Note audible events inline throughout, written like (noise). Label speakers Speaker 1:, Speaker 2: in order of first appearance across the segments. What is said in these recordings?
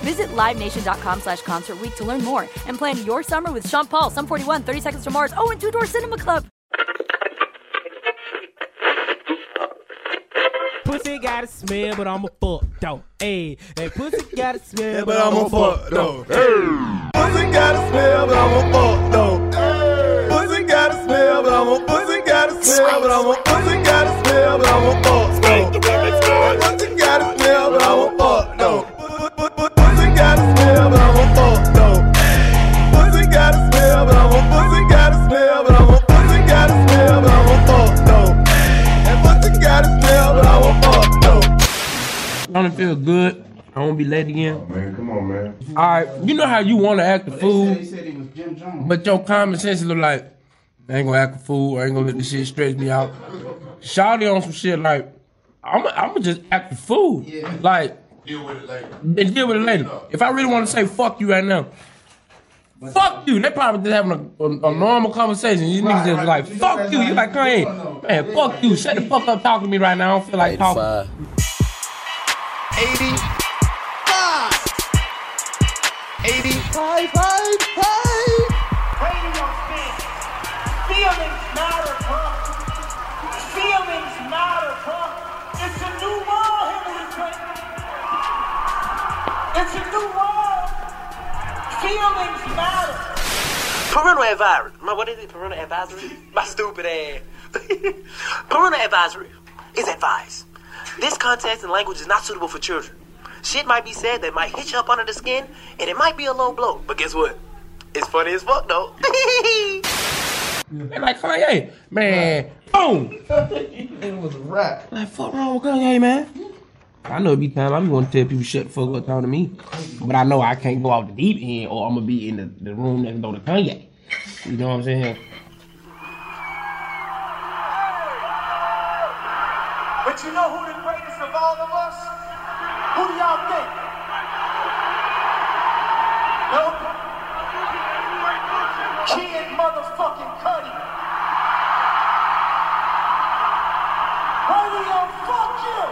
Speaker 1: Visit LiveNation.com slash Concert Week to learn more and plan your summer with Sean Paul, Sum 41, 30 Seconds to Mars, oh, and Two Door Cinema Club.
Speaker 2: pussy got a smell, but I'm a fuck though. Hey, that pussy got a smell,
Speaker 3: but I'm a fuck though. Hey, pussy got a smell, but I'm a fuck though. Hey, pussy got a smell, but I'm a pussy got a smell, but I'm a pussy got a smell, but I'm a fuck though. Pussy got a smell, but I'm a fuck though. Pussy got a smell, but I'm a fuck though. Pussy got a smell, but I'm a pussy got a smell, but I'm a pussy got a smell, but I'm a fuck though. That pussy got a smell, but I'm a fuck though.
Speaker 4: I don't feel good. I won't be late again.
Speaker 5: Man, come on, man.
Speaker 4: All right, you know how you want to act a fool,
Speaker 5: It was Jim Jones.
Speaker 4: but your common sense look like I ain't gonna act a fool. I ain't gonna let this shit stress me out. Shawty on some shit like I'm. I'm gonna just act a fool. Like
Speaker 5: Deal with it later.
Speaker 4: and deal with it later. If I really want to say fuck you right now, fuck you. They probably just having a, a, a normal conversation. You niggas just
Speaker 5: right,
Speaker 4: like
Speaker 5: but you
Speaker 4: fuck
Speaker 5: just
Speaker 4: you. You like
Speaker 5: like- you don't
Speaker 4: Kanye,
Speaker 5: know.
Speaker 4: man. Fuck you. Shut the fuck up talking to me right now. I don't feel like talking.
Speaker 6: 85, 85. Radio Fix. Feelings matter, huh? Feelings matter, huh? It's a new world, Hillary Clinton. It's a new world. Feelings matter.
Speaker 7: Parental advisory. My, what is it? Parental advisory? My stupid ass. (laughs) Parental advisory is advice. This context and language is not suitable for children. Shit might be said that might hit you up under the skin, and it might be a low blow. But guess what? It's funny as fuck, though. (laughs)
Speaker 4: They like Kanye, man. Boom.
Speaker 5: It was a rap.
Speaker 4: Like, fuck wrong with Kanye, man? I know it be time I'm gonna tell people shut the fuck up talking to me. But I know I can't go off the deep end or I'm gonna be in the, the room next door to Kanye. You know what I'm saying?
Speaker 6: But you know who the greatest of all of us? Who do y'all think? Nope. Kid motherfucking Cuddy. Radio, fuck you!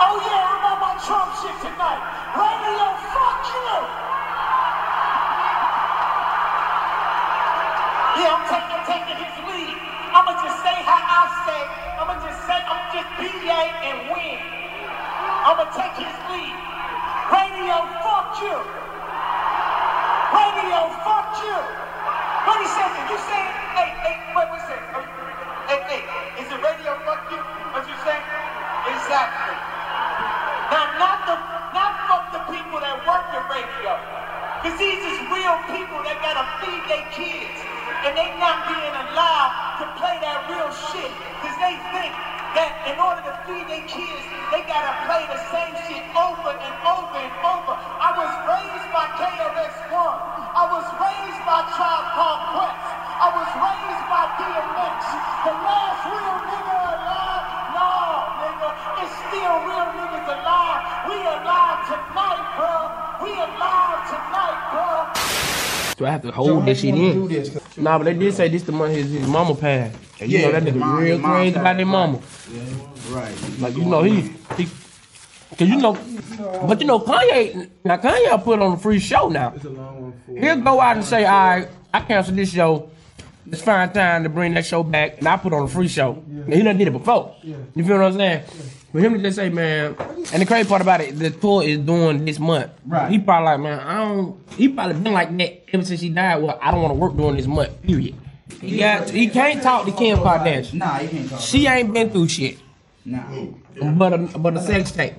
Speaker 6: Oh yeah, I'm on my Trump shit tonight. Radio, fuck you! Yeah, I'm taking, taking his lead. I'ma just say how I say. I'ma just say, I'ma just BA and win. I'ma take his lead. Radio, fuck you. Radio, fuck you. Wait a second, you saying, hey, hey, wait, wait a second. Are you- Hey, hey, is it radio fuck you? What you saying? Exactly. Now, not the, not fuck the people that work the radio. Cause these is real people that gotta feed their kids. And they not being allowed to play that real shit. Cause they think that in order to feed their kids, they gotta play the same shit over and over and over. I was raised by KRS-One. I was raised by Tribe Called Quest. I was raised by DMX. The last real nigga alive? No, nigga. It's still real niggas alive. We alive tonight, bro. We alive tonight, bro.
Speaker 4: Do I have to
Speaker 6: Joe,
Speaker 4: hold
Speaker 6: how
Speaker 4: this
Speaker 6: you
Speaker 4: shit
Speaker 6: wanna do
Speaker 4: in?
Speaker 6: this? 'Cause-
Speaker 4: Nah, but they did say this the month his, his mama passed. And you
Speaker 6: Yeah,
Speaker 4: know that
Speaker 6: his
Speaker 4: nigga
Speaker 6: mom-
Speaker 4: real
Speaker 6: his mom
Speaker 4: crazy about
Speaker 6: passed,
Speaker 4: their mama.
Speaker 6: Right.
Speaker 4: Like you know he he. Cause you know, but you know Kanye. Now Kanye put on a free show now.
Speaker 6: It's a long one for
Speaker 4: He'll go out and say, "All right, I canceled this show. It's fine time to bring that show back, and I put on a free show." Now, he done did it before. You feel what I'm saying? For him to just say, "Man," and the crazy part about it, the tour is doing this month.
Speaker 6: Right.
Speaker 4: He probably like, man, I don't. He probably been like that ever since he died. Well, I don't want to work during this month. Period. He got. He can't talk to Kim Kardashian.
Speaker 6: Nah, you can't talk.
Speaker 4: She ain't been through shit,
Speaker 6: Nah.
Speaker 4: but a, but a sex tape.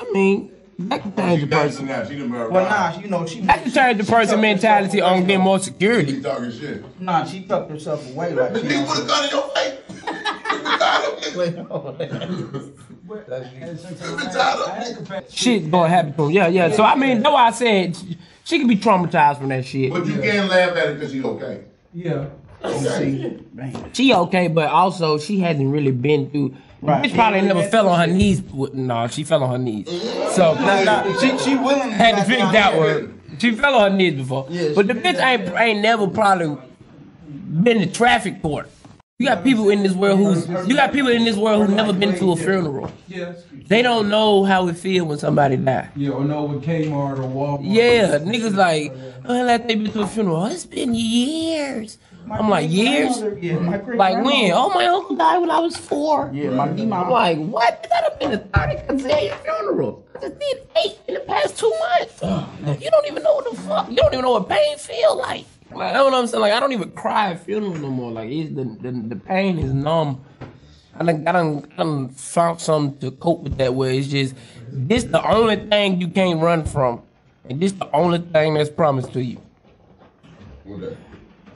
Speaker 4: I mean, that can change a person.
Speaker 5: now. She done married
Speaker 6: Well,
Speaker 5: Rob.
Speaker 6: nah, you know, she.
Speaker 4: That can change the person mentality on getting more security.
Speaker 5: She talking shit.
Speaker 6: Nah, she tucked herself away like she.
Speaker 5: Nigga put a gun in your face. You tired
Speaker 4: (laughs)
Speaker 5: of it? You tired of it?
Speaker 4: shit gonna happen to him. Yeah, yeah. So I mean, that's why I said she- she could be traumatized from that shit.
Speaker 5: But you can't laugh at it because she okay.
Speaker 6: Yeah.
Speaker 5: Okay.
Speaker 4: She okay, but also she hasn't really been through.
Speaker 6: Right.
Speaker 4: Bitch probably never fell on her knees. with- No, she fell on her knees. So
Speaker 6: Nah, nah, she she willing.
Speaker 4: had to fix that word. She fell on her knees before.
Speaker 6: Yeah,
Speaker 4: but the
Speaker 6: she
Speaker 4: bitch ain't ain't never probably been to traffic court. You got people in this world who's you got people in this world who never been to a funeral.
Speaker 6: Yes.
Speaker 4: They don't know how it feel when somebody die.
Speaker 6: Yeah, or no, with Kmart or Walmart.
Speaker 4: Yeah, niggas like, oh, like they been to a funeral. It's been years. I'm like, years?
Speaker 6: Yeah, my great
Speaker 4: Like when? Oh, my uncle died when I was four.
Speaker 6: Yeah, my
Speaker 4: I'm
Speaker 6: grandma.
Speaker 4: like, what? That have been a 30 gazillion funeral. I just did eight in the past two months. You don't even know what the fuck. You don't even know what pain feel like. Like, I don't know what I'm saying. Like, I don't even cry at funerals no more. Like, it's the, the, the pain is numb. I done, I, done, I done found something to cope with that way. It's just, this the only thing you can't run from. And this the only thing that's promised to you.
Speaker 5: What that?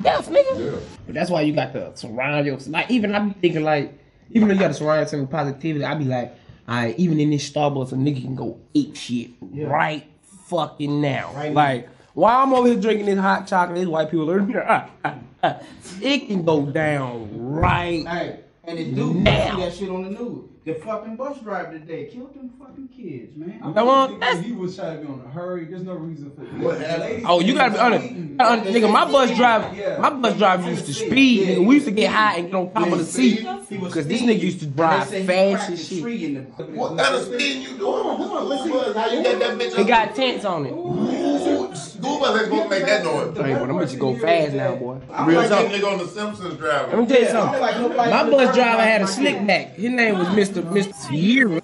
Speaker 4: Death, nigga.
Speaker 5: Yeah.
Speaker 4: But that's why you got to surround yourself. Like even I be thinking like, even though you got to surround yourself with positivity, I be like, all right, even in this Starbucks, a nigga can go ape shit right fucking now.
Speaker 6: Right now.
Speaker 4: like while I'm over here drinking this hot chocolate, these white people are. (laughs) ah, ah, ah. it can go down right.
Speaker 6: Hey, and the dude
Speaker 4: Now.
Speaker 6: see that shit on the news. The fucking bus driver today killed them fucking kids, man. I'm
Speaker 4: Come on. That's-
Speaker 6: he was trying to be on a hurry. There's no reason for
Speaker 5: What happened?
Speaker 4: Oh, you gotta be honest. You gotta be honest. Nigga, my bus driver, my bus driver used to speed. Nigga, we used to get high and get on top of the seat because this nigga used to drive fast as shit.
Speaker 5: What kind of speeding you doing? Who was how you got that bitch
Speaker 4: It
Speaker 5: up?
Speaker 4: got tents on it.
Speaker 5: Who school bus ain't supposed to make that noise.
Speaker 4: Hey, but I'm gonna go fast now, boy.
Speaker 5: I'm
Speaker 4: Real
Speaker 5: like
Speaker 4: talk.
Speaker 5: that nigga on the Simpsons
Speaker 4: Let me
Speaker 5: driving.
Speaker 4: tell you something.
Speaker 6: I don't like nobody
Speaker 4: My
Speaker 6: on the
Speaker 4: bus
Speaker 6: third
Speaker 4: driver
Speaker 6: ride
Speaker 4: had a
Speaker 6: like
Speaker 4: slick
Speaker 6: that.
Speaker 4: back. His name was Mr. Mr. Year.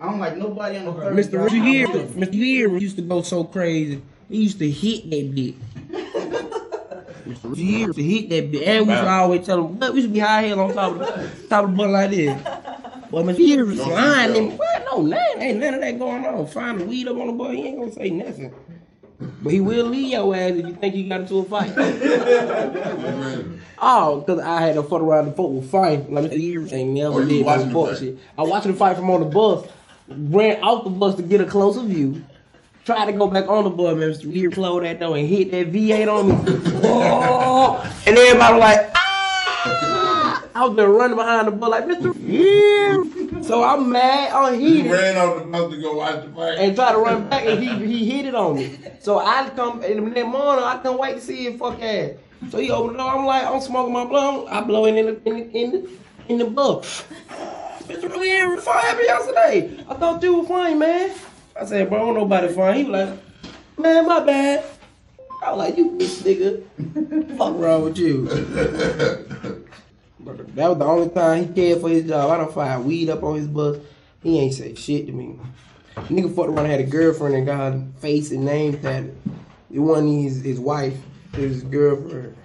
Speaker 6: I don't like nobody on the third
Speaker 4: Mr.
Speaker 6: drive.
Speaker 4: Richard Year. Mr. Year used to go so crazy. He used to hit that bitch. Mr. Richard Year used to hit that bitch. And we used to always tell him, "Look, we should be high hell on top of the, top of the bus like this. But Mr. Year was lying. And, well, no, nothing. Ain't none of that going on. Find the weed up on the bus. He ain't gonna say nothing. But he will leave your ass if you think you got into a
Speaker 5: (laughs)
Speaker 4: fight. Oh, because I had a foot around the foot with fight. Like, you ain't
Speaker 5: Oh,
Speaker 4: never
Speaker 5: you was
Speaker 4: did no
Speaker 5: watching the fight.
Speaker 4: bullshit. I watched the fight from on the bus, ran off the bus to get a closer view, tried to go back on the bus, man, Mr. Year closed that door and hit that V8 on me. (laughs) Whoa! and everybody was like, ah! (laughs) I was there running behind the bus like, Mr. Year. So I'm mad on
Speaker 5: He
Speaker 4: him
Speaker 5: ran off the bus to go watch the fight.
Speaker 4: and tried to run back, and he he hit it on me. So I come in the next morning. I couldn't wait to see his fuck ass. So he opened the door. I'm like, I'm smoking my blunt. I blow it in the in the in the, in the buff. Mr. Revere, was so happy yesterday. I thought you were fine, man. I said, bro, don't nobody fine. He was like, man, my bad. I was like, you bitch, nigga. fuck wrong with you? But that was the only time he cared for his job. I don't find weed up on his bus. He ain't say shit to me. Nigga fucked around and had a girlfriend and got her face and name tatted. It wasn't his, his wife, it was his girlfriend.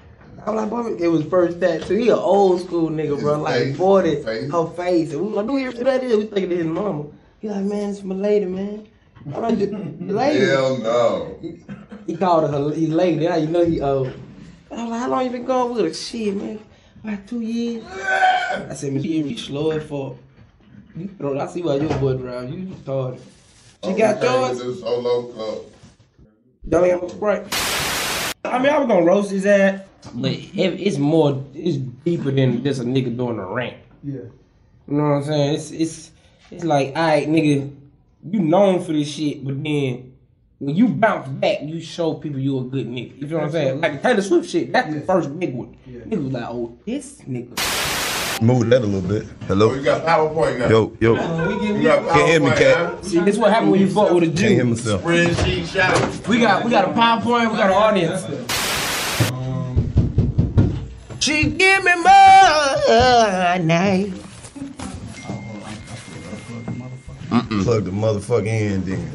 Speaker 4: I was like, boy, it was first tat. So he an old school nigga,
Speaker 5: His
Speaker 4: bro. Like
Speaker 5: face,
Speaker 4: 40,
Speaker 5: face.
Speaker 4: her face. And we like, dude, who that is? We thinking it's his mama. He like, man, it's my lady, man. I'm like, the lady.
Speaker 5: Hell no.
Speaker 4: He called her his lady. Now you know he old. I was like, how long you been going with her? Shit, man. About two years. I said, Miss Year, you slow as fuck. You throw- I see why your boy around. You retarded.
Speaker 5: Oh.
Speaker 4: She got yours.
Speaker 5: This solo club.
Speaker 4: Y'all ain't got no Sprite. I mean, I was gonna roast his ass. But it, it's more, it's deeper than just a nigga doing a rant.
Speaker 6: Yeah.
Speaker 4: You know what I'm saying? It's it's it's like, all right, nigga, you known for this shit, but then when you bounce back, you show people you a good nigga. You know what I'm saying? Like the Taylor Swift shit, that's the first big one. Niggas was like, oh, this nigga.
Speaker 8: Move that a little bit. Hello.
Speaker 4: You got PowerPoint
Speaker 8: Yo, yo. Can't hear me, cat.
Speaker 4: See, this what happened when you fuck with a
Speaker 8: Can't hear
Speaker 4: Jew.
Speaker 8: myself.
Speaker 4: We got we got a PowerPoint, we got an audience. Um, She give me more night.
Speaker 8: Plug the motherfucking end in.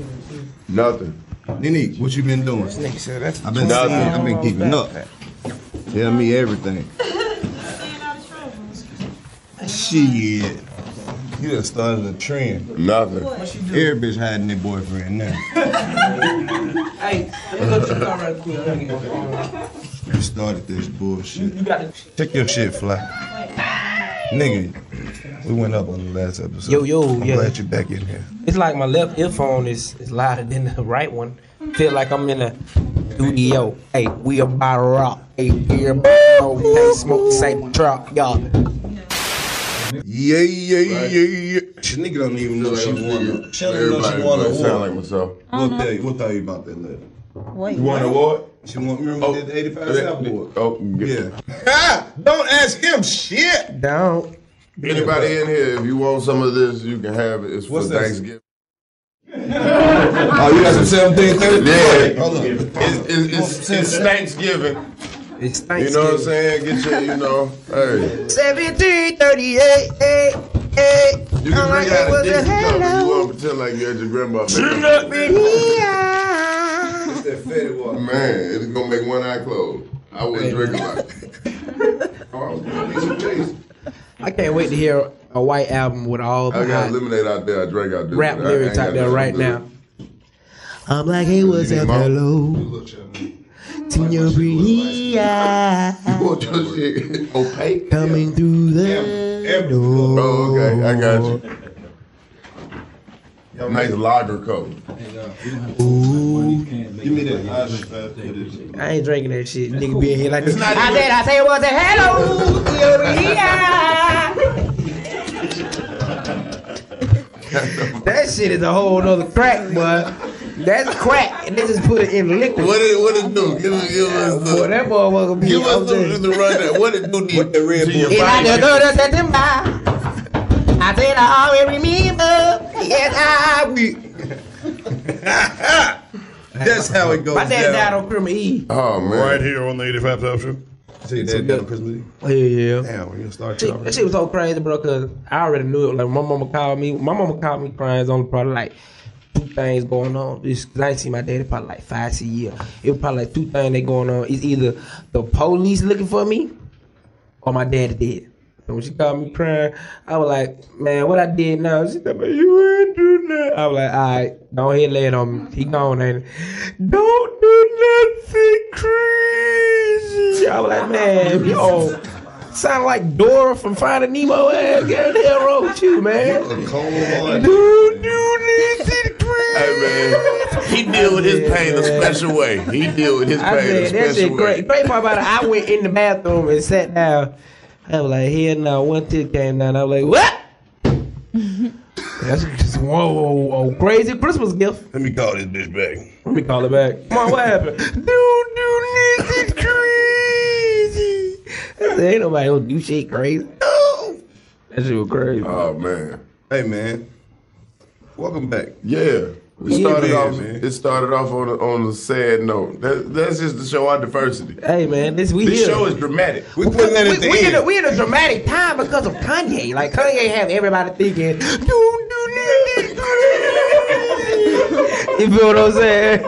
Speaker 8: Nothing. Nene, what you been doing? I've been
Speaker 5: Nothing.
Speaker 8: seeing, I've been keeping up. Tell me everything. Shit. You done started a trend. Nothing. Every bitch hiding their boyfriend now.
Speaker 4: Hey, let me go check out right quick. Let me get my phone.
Speaker 8: You started this bullshit.
Speaker 4: You got to
Speaker 8: Check your shit, fly. Nigga, we went up on the last episode.
Speaker 4: Yo, yo,
Speaker 8: I'm
Speaker 4: yeah.
Speaker 8: glad you're back in here.
Speaker 4: It's like my left earphone is, is louder than the right one. Feel like I'm in a studio. Hey, we about to rock. Hey, we about to rock. We ain't smoke the same drop, y'all.
Speaker 8: Yeah, yeah, yeah, yeah. She nigga don't even know she won. She don't even know she won an award.
Speaker 5: sound like myself.
Speaker 8: We'll
Speaker 4: Uh-huh.
Speaker 8: tell you, we'll tell you about that later.
Speaker 5: You want an award?
Speaker 8: She won. Remember we did the 85 South Award.
Speaker 5: Oh,
Speaker 8: Yeah. Ah, don't ask him shit.
Speaker 4: Down.
Speaker 5: Anybody in here, if you want some of this, you can have it. It's for
Speaker 8: What's that?
Speaker 5: Thanksgiving.
Speaker 8: Oh, you got the seven thing thirty.
Speaker 5: Yeah.
Speaker 8: Hold on.
Speaker 5: It's, it's, it's, it's Thanksgiving.
Speaker 4: It's
Speaker 5: You
Speaker 4: Thanksgiving.
Speaker 5: know what I'm saying? Get your, you know, hey.
Speaker 4: 1738, hey, hey.
Speaker 5: You can bring out a different cup if you want to pretend like you're at your grandma's.
Speaker 8: It's that fatty water.
Speaker 5: Man, it's gonna make one eye close. I wouldn't drink a lot.
Speaker 4: (laughs)
Speaker 5: Oh, I was gonna be surprised.
Speaker 4: I can't wait to hear a white album with all
Speaker 5: I
Speaker 4: the
Speaker 5: got
Speaker 4: hot
Speaker 5: lemonade out there. I drank out there.
Speaker 4: rap
Speaker 5: but I- I
Speaker 4: lyrics
Speaker 5: ain't
Speaker 4: out
Speaker 5: got
Speaker 4: there
Speaker 5: nothing
Speaker 4: right
Speaker 5: to do.
Speaker 4: now. I'm like, hey, what's
Speaker 5: You need
Speaker 4: up,
Speaker 5: more?
Speaker 4: hello? Senor
Speaker 5: You want your shit opaque?
Speaker 4: coming through the
Speaker 8: Every
Speaker 5: Oh, okay. I got you. Nice lager coat.
Speaker 8: Give me that Irish fat potato.
Speaker 4: I ain't drinking that shit. Nigga being here like this.
Speaker 8: not
Speaker 4: I
Speaker 8: even-
Speaker 4: said, I said, what's up, hello? Senor That shit is a whole nother crack, boy. That's crack, and this is put it in liquid.
Speaker 5: What it what it do? Give us give us
Speaker 4: Boy,
Speaker 5: the
Speaker 4: that motherfucker be.
Speaker 5: give
Speaker 4: I'm
Speaker 5: us
Speaker 4: telling you.
Speaker 5: the, the run that. What it do? to-
Speaker 8: What the Red
Speaker 5: to
Speaker 8: Bull?
Speaker 5: your
Speaker 4: It's like
Speaker 5: body?
Speaker 4: the third of September. I said I always remember. Yes, I will.
Speaker 8: That's how it goes.
Speaker 4: My
Speaker 8: down.
Speaker 4: dad died on Christmas Eve.
Speaker 5: Oh man.
Speaker 8: Right here on the 85 Top Show. See that down Christmas Eve?
Speaker 4: Yeah, yeah.
Speaker 8: Damn, we gonna start
Speaker 4: Shit, that shit was so crazy, bro. Cause I already knew it. Like my mama called me. My mama called me crying. It's only probably like two things going on. It's, 'cause I ain't seen my daddy probably like five, six years. It was probably like two things that going on. It's either the police looking for me, or my daddy dead. And when she called me crying, I was like, man, what I did now? She said, but you ain't do nothing. I was like, all right, don't hit lay it on me. He gone, ain't it? Don't do nothing crazy. I was like, man, yo, sound like Dora from Finding Nemo ass. Get the hell wrong with you, man.
Speaker 8: Cold hard.
Speaker 4: Don't do nothing crazy.
Speaker 5: Hey man, he deal with his pain a special way. He deal with his
Speaker 4: I
Speaker 5: pain a
Speaker 4: said, that
Speaker 5: special
Speaker 4: shit great.
Speaker 5: way.
Speaker 4: Great part about it, I went in the bathroom and sat down. I was like, hell no. One tip came down. I was like, what?
Speaker 8: (laughs)
Speaker 4: That's just whoa, whoa, whoa, oh, crazy Christmas gift.
Speaker 8: Let me call this bitch back.
Speaker 4: Let me call it back. Come on, what happened? (laughs) Dude, dude, this is crazy. I said, ain't nobody gonna do shit crazy. No. That shit was crazy.
Speaker 5: Oh man.
Speaker 8: Hey man, welcome back.
Speaker 5: Yeah. It started
Speaker 8: man,
Speaker 5: off.
Speaker 8: man.
Speaker 5: It started off on a, on a sad note. That, that's just to show our diversity.
Speaker 4: hey man, this we
Speaker 5: This
Speaker 4: here.
Speaker 5: show is dramatic.
Speaker 8: We putting that
Speaker 4: we,
Speaker 8: at the
Speaker 4: we in a,
Speaker 8: end.
Speaker 4: we in a dramatic time because of Kanye. Like Kanye have everybody thinking, "Don't do nothing crazy." You feel what I'm saying?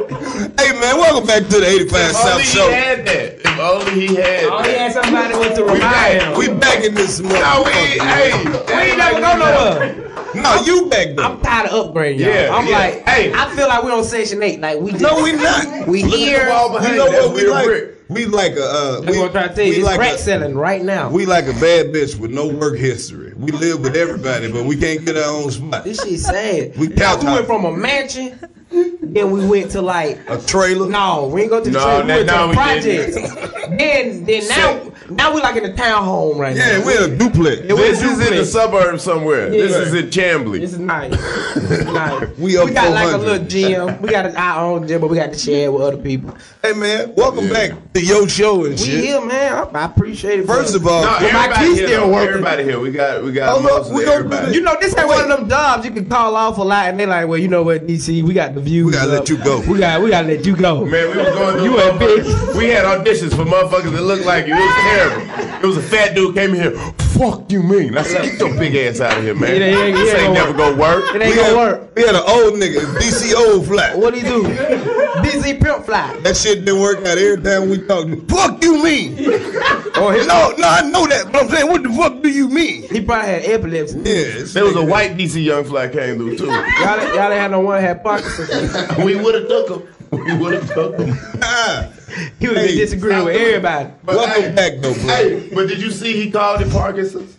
Speaker 8: Hey man, welcome back to the 85
Speaker 5: If
Speaker 8: South
Speaker 5: only he
Speaker 8: Show.
Speaker 5: had that. If only he had
Speaker 9: Oh,
Speaker 4: All he
Speaker 5: that.
Speaker 4: had somebody was to
Speaker 5: We
Speaker 4: remind
Speaker 5: back.
Speaker 4: him.
Speaker 5: We
Speaker 8: We back in this
Speaker 5: no, we
Speaker 8: motherfucker.
Speaker 5: hey.
Speaker 4: We ain't never go nowhere.
Speaker 8: No, you back
Speaker 4: I'm
Speaker 8: though.
Speaker 4: tired of upgrading, y'all.
Speaker 5: Yeah,
Speaker 4: I'm
Speaker 5: yeah.
Speaker 4: like,
Speaker 5: Hey.
Speaker 4: I feel like we're on session eight. Like we just,
Speaker 8: No, we not.
Speaker 4: we
Speaker 5: Look at the
Speaker 4: here.
Speaker 5: wall behind
Speaker 8: You know
Speaker 5: you. That's
Speaker 8: what we
Speaker 5: real
Speaker 8: like?
Speaker 5: brick.
Speaker 8: We like a uh,
Speaker 4: That's
Speaker 8: we,
Speaker 4: what I'm trying to tell you.
Speaker 8: we
Speaker 4: It's
Speaker 8: like
Speaker 4: crack
Speaker 8: a,
Speaker 4: selling right now.
Speaker 8: we like a bad bitch with no work history. We live with everybody, but we can't get our own spot.
Speaker 4: this shit sad.
Speaker 8: We
Speaker 4: Y'all,
Speaker 8: couch
Speaker 4: we
Speaker 8: hopping.
Speaker 4: went from a mansion, then we went to like
Speaker 8: A trailer.
Speaker 4: No, we ain't go to the
Speaker 5: No,
Speaker 4: trade. We
Speaker 5: that-
Speaker 4: went to the
Speaker 5: no, we didn't.
Speaker 4: projects. (laughs) then, then now,
Speaker 9: Now we like in a town home right now.
Speaker 5: Yeah, we're in a duplex.
Speaker 9: Yeah, we're
Speaker 5: this is in the
Speaker 9: duplex.
Speaker 5: suburb somewhere.
Speaker 9: Yeah.
Speaker 5: This is in Chambly.
Speaker 9: This is nice.
Speaker 5: (laughs)
Speaker 9: nice.
Speaker 5: We up
Speaker 9: got like a
Speaker 5: 400.
Speaker 9: little gym. We got our own gym, but we got to share it with other people.
Speaker 3: Hey man, welcome back to your show and
Speaker 9: we
Speaker 3: shit.
Speaker 9: here, man. I, I appreciate it.
Speaker 3: First of all,
Speaker 5: no,
Speaker 9: But my
Speaker 5: everybody
Speaker 9: key
Speaker 5: here,
Speaker 9: still
Speaker 5: though.
Speaker 9: working.
Speaker 5: Everybody here. We got we got
Speaker 9: Hold up,
Speaker 5: most of
Speaker 9: we gonna-
Speaker 5: everybody.
Speaker 9: You know, this ain't one of them jobs you can call off a lot, and they like, well, you know what, DC, we got the views. We gotta let you go. We got, we gotta let you go.
Speaker 5: Man, we was going through you a bitch. We had auditions for motherfuckers that looked like you. It was terrible. It was a fat dude came in here. Fuck you mean? I said, get your big ass out of here, man.
Speaker 9: It ain't- it ain't
Speaker 5: this ain't
Speaker 9: gonna
Speaker 5: never gonna work.
Speaker 9: It ain't
Speaker 5: We
Speaker 9: gonna
Speaker 5: had-
Speaker 9: work.
Speaker 3: We had an old nigga, DC old flat.
Speaker 9: What he do? DC pimp fly.
Speaker 3: That shit didn't work out every time we talked. Fuck you mean? oh, no, no, I know that, but I'm saying, what the fuck do you mean?
Speaker 9: He probably had epilepsy.
Speaker 3: Yes.
Speaker 5: There was a white DC young fly came through too.
Speaker 9: Y'all, ain't- y'all ain't had no one had Parkinson's.
Speaker 5: (laughs) we would have took him. We would have took him.
Speaker 9: He would have been disagreeing with everybody.
Speaker 3: Welcome back, though, bro.
Speaker 5: Hey, but did you see he called it Parkinson's?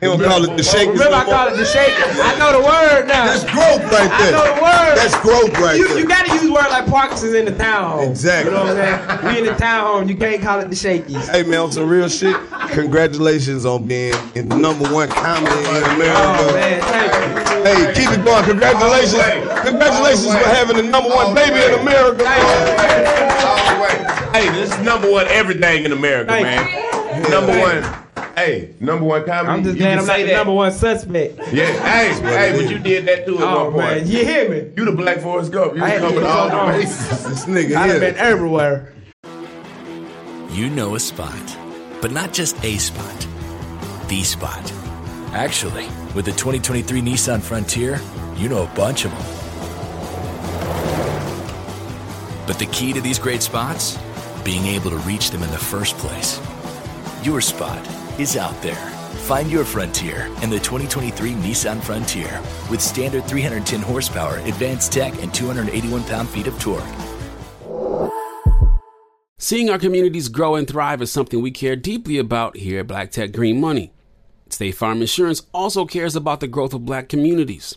Speaker 3: He don't call it the shakers.
Speaker 9: Remember, I called it the shaker. I know the word now.
Speaker 3: That's growth right
Speaker 9: I
Speaker 3: there.
Speaker 9: know the word.
Speaker 3: That's growth right
Speaker 9: you,
Speaker 3: there.
Speaker 9: you gotta use words like Parkinson's in the town home.
Speaker 3: Exactly.
Speaker 9: You know what I'm saying? We in the town home. You can't call it the shakies.
Speaker 3: Hey man, on some real shit. Congratulations on being in the number one comedy in
Speaker 9: Oh
Speaker 3: America.
Speaker 9: man, thank you.
Speaker 3: Hey, keep it going. Congratulations, congratulations for having the number one baby in America.
Speaker 5: Hey, this is number one everything in America,
Speaker 9: Thank
Speaker 5: man. Number one. Hey, number one comedy.
Speaker 9: I'm just
Speaker 5: You
Speaker 9: glad
Speaker 5: can
Speaker 9: I'm not
Speaker 5: say
Speaker 9: the
Speaker 5: that.
Speaker 9: number one suspect.
Speaker 5: Yeah. Hey,
Speaker 3: what it
Speaker 5: hey,
Speaker 3: is.
Speaker 5: but you did that too at
Speaker 9: Oh
Speaker 5: one point.
Speaker 9: man, you hear me?
Speaker 5: You the Black Forest Gump. You
Speaker 9: I had to
Speaker 5: covered
Speaker 9: get
Speaker 5: all
Speaker 9: it on.
Speaker 5: the bases.
Speaker 3: This nigga
Speaker 9: I'd have
Speaker 3: here.
Speaker 9: been everywhere.
Speaker 10: You know a spot, but not just a spot, the spot. Actually, with the 2023 Nissan Frontier, you know a bunch of them. But the key to these great spots? Being able to reach them in the first place. Your spot is out there. Find your frontier in the 2023 Nissan Frontier with standard 310 horsepower, advanced tech, and 281 pound feet of torque.
Speaker 11: Seeing our communities grow and thrive is something we care deeply about here at Black Tech Green Money. State Farm Insurance also cares about the growth of black communities.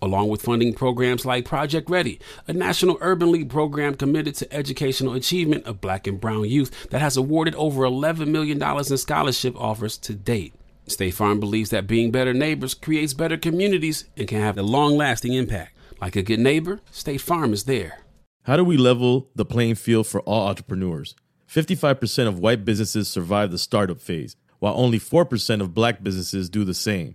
Speaker 11: along with funding programs like Project Ready, a national urban league program committed to educational achievement of black and brown youth that has awarded over $11 million in scholarship offers to date. State Farm believes that being better neighbors creates better communities and can have a long lasting impact. Like a good neighbor, State Farm is there.
Speaker 12: How do we level the playing field for all entrepreneurs? 55% of white businesses survive the startup phase, while only 4% of black businesses do the same.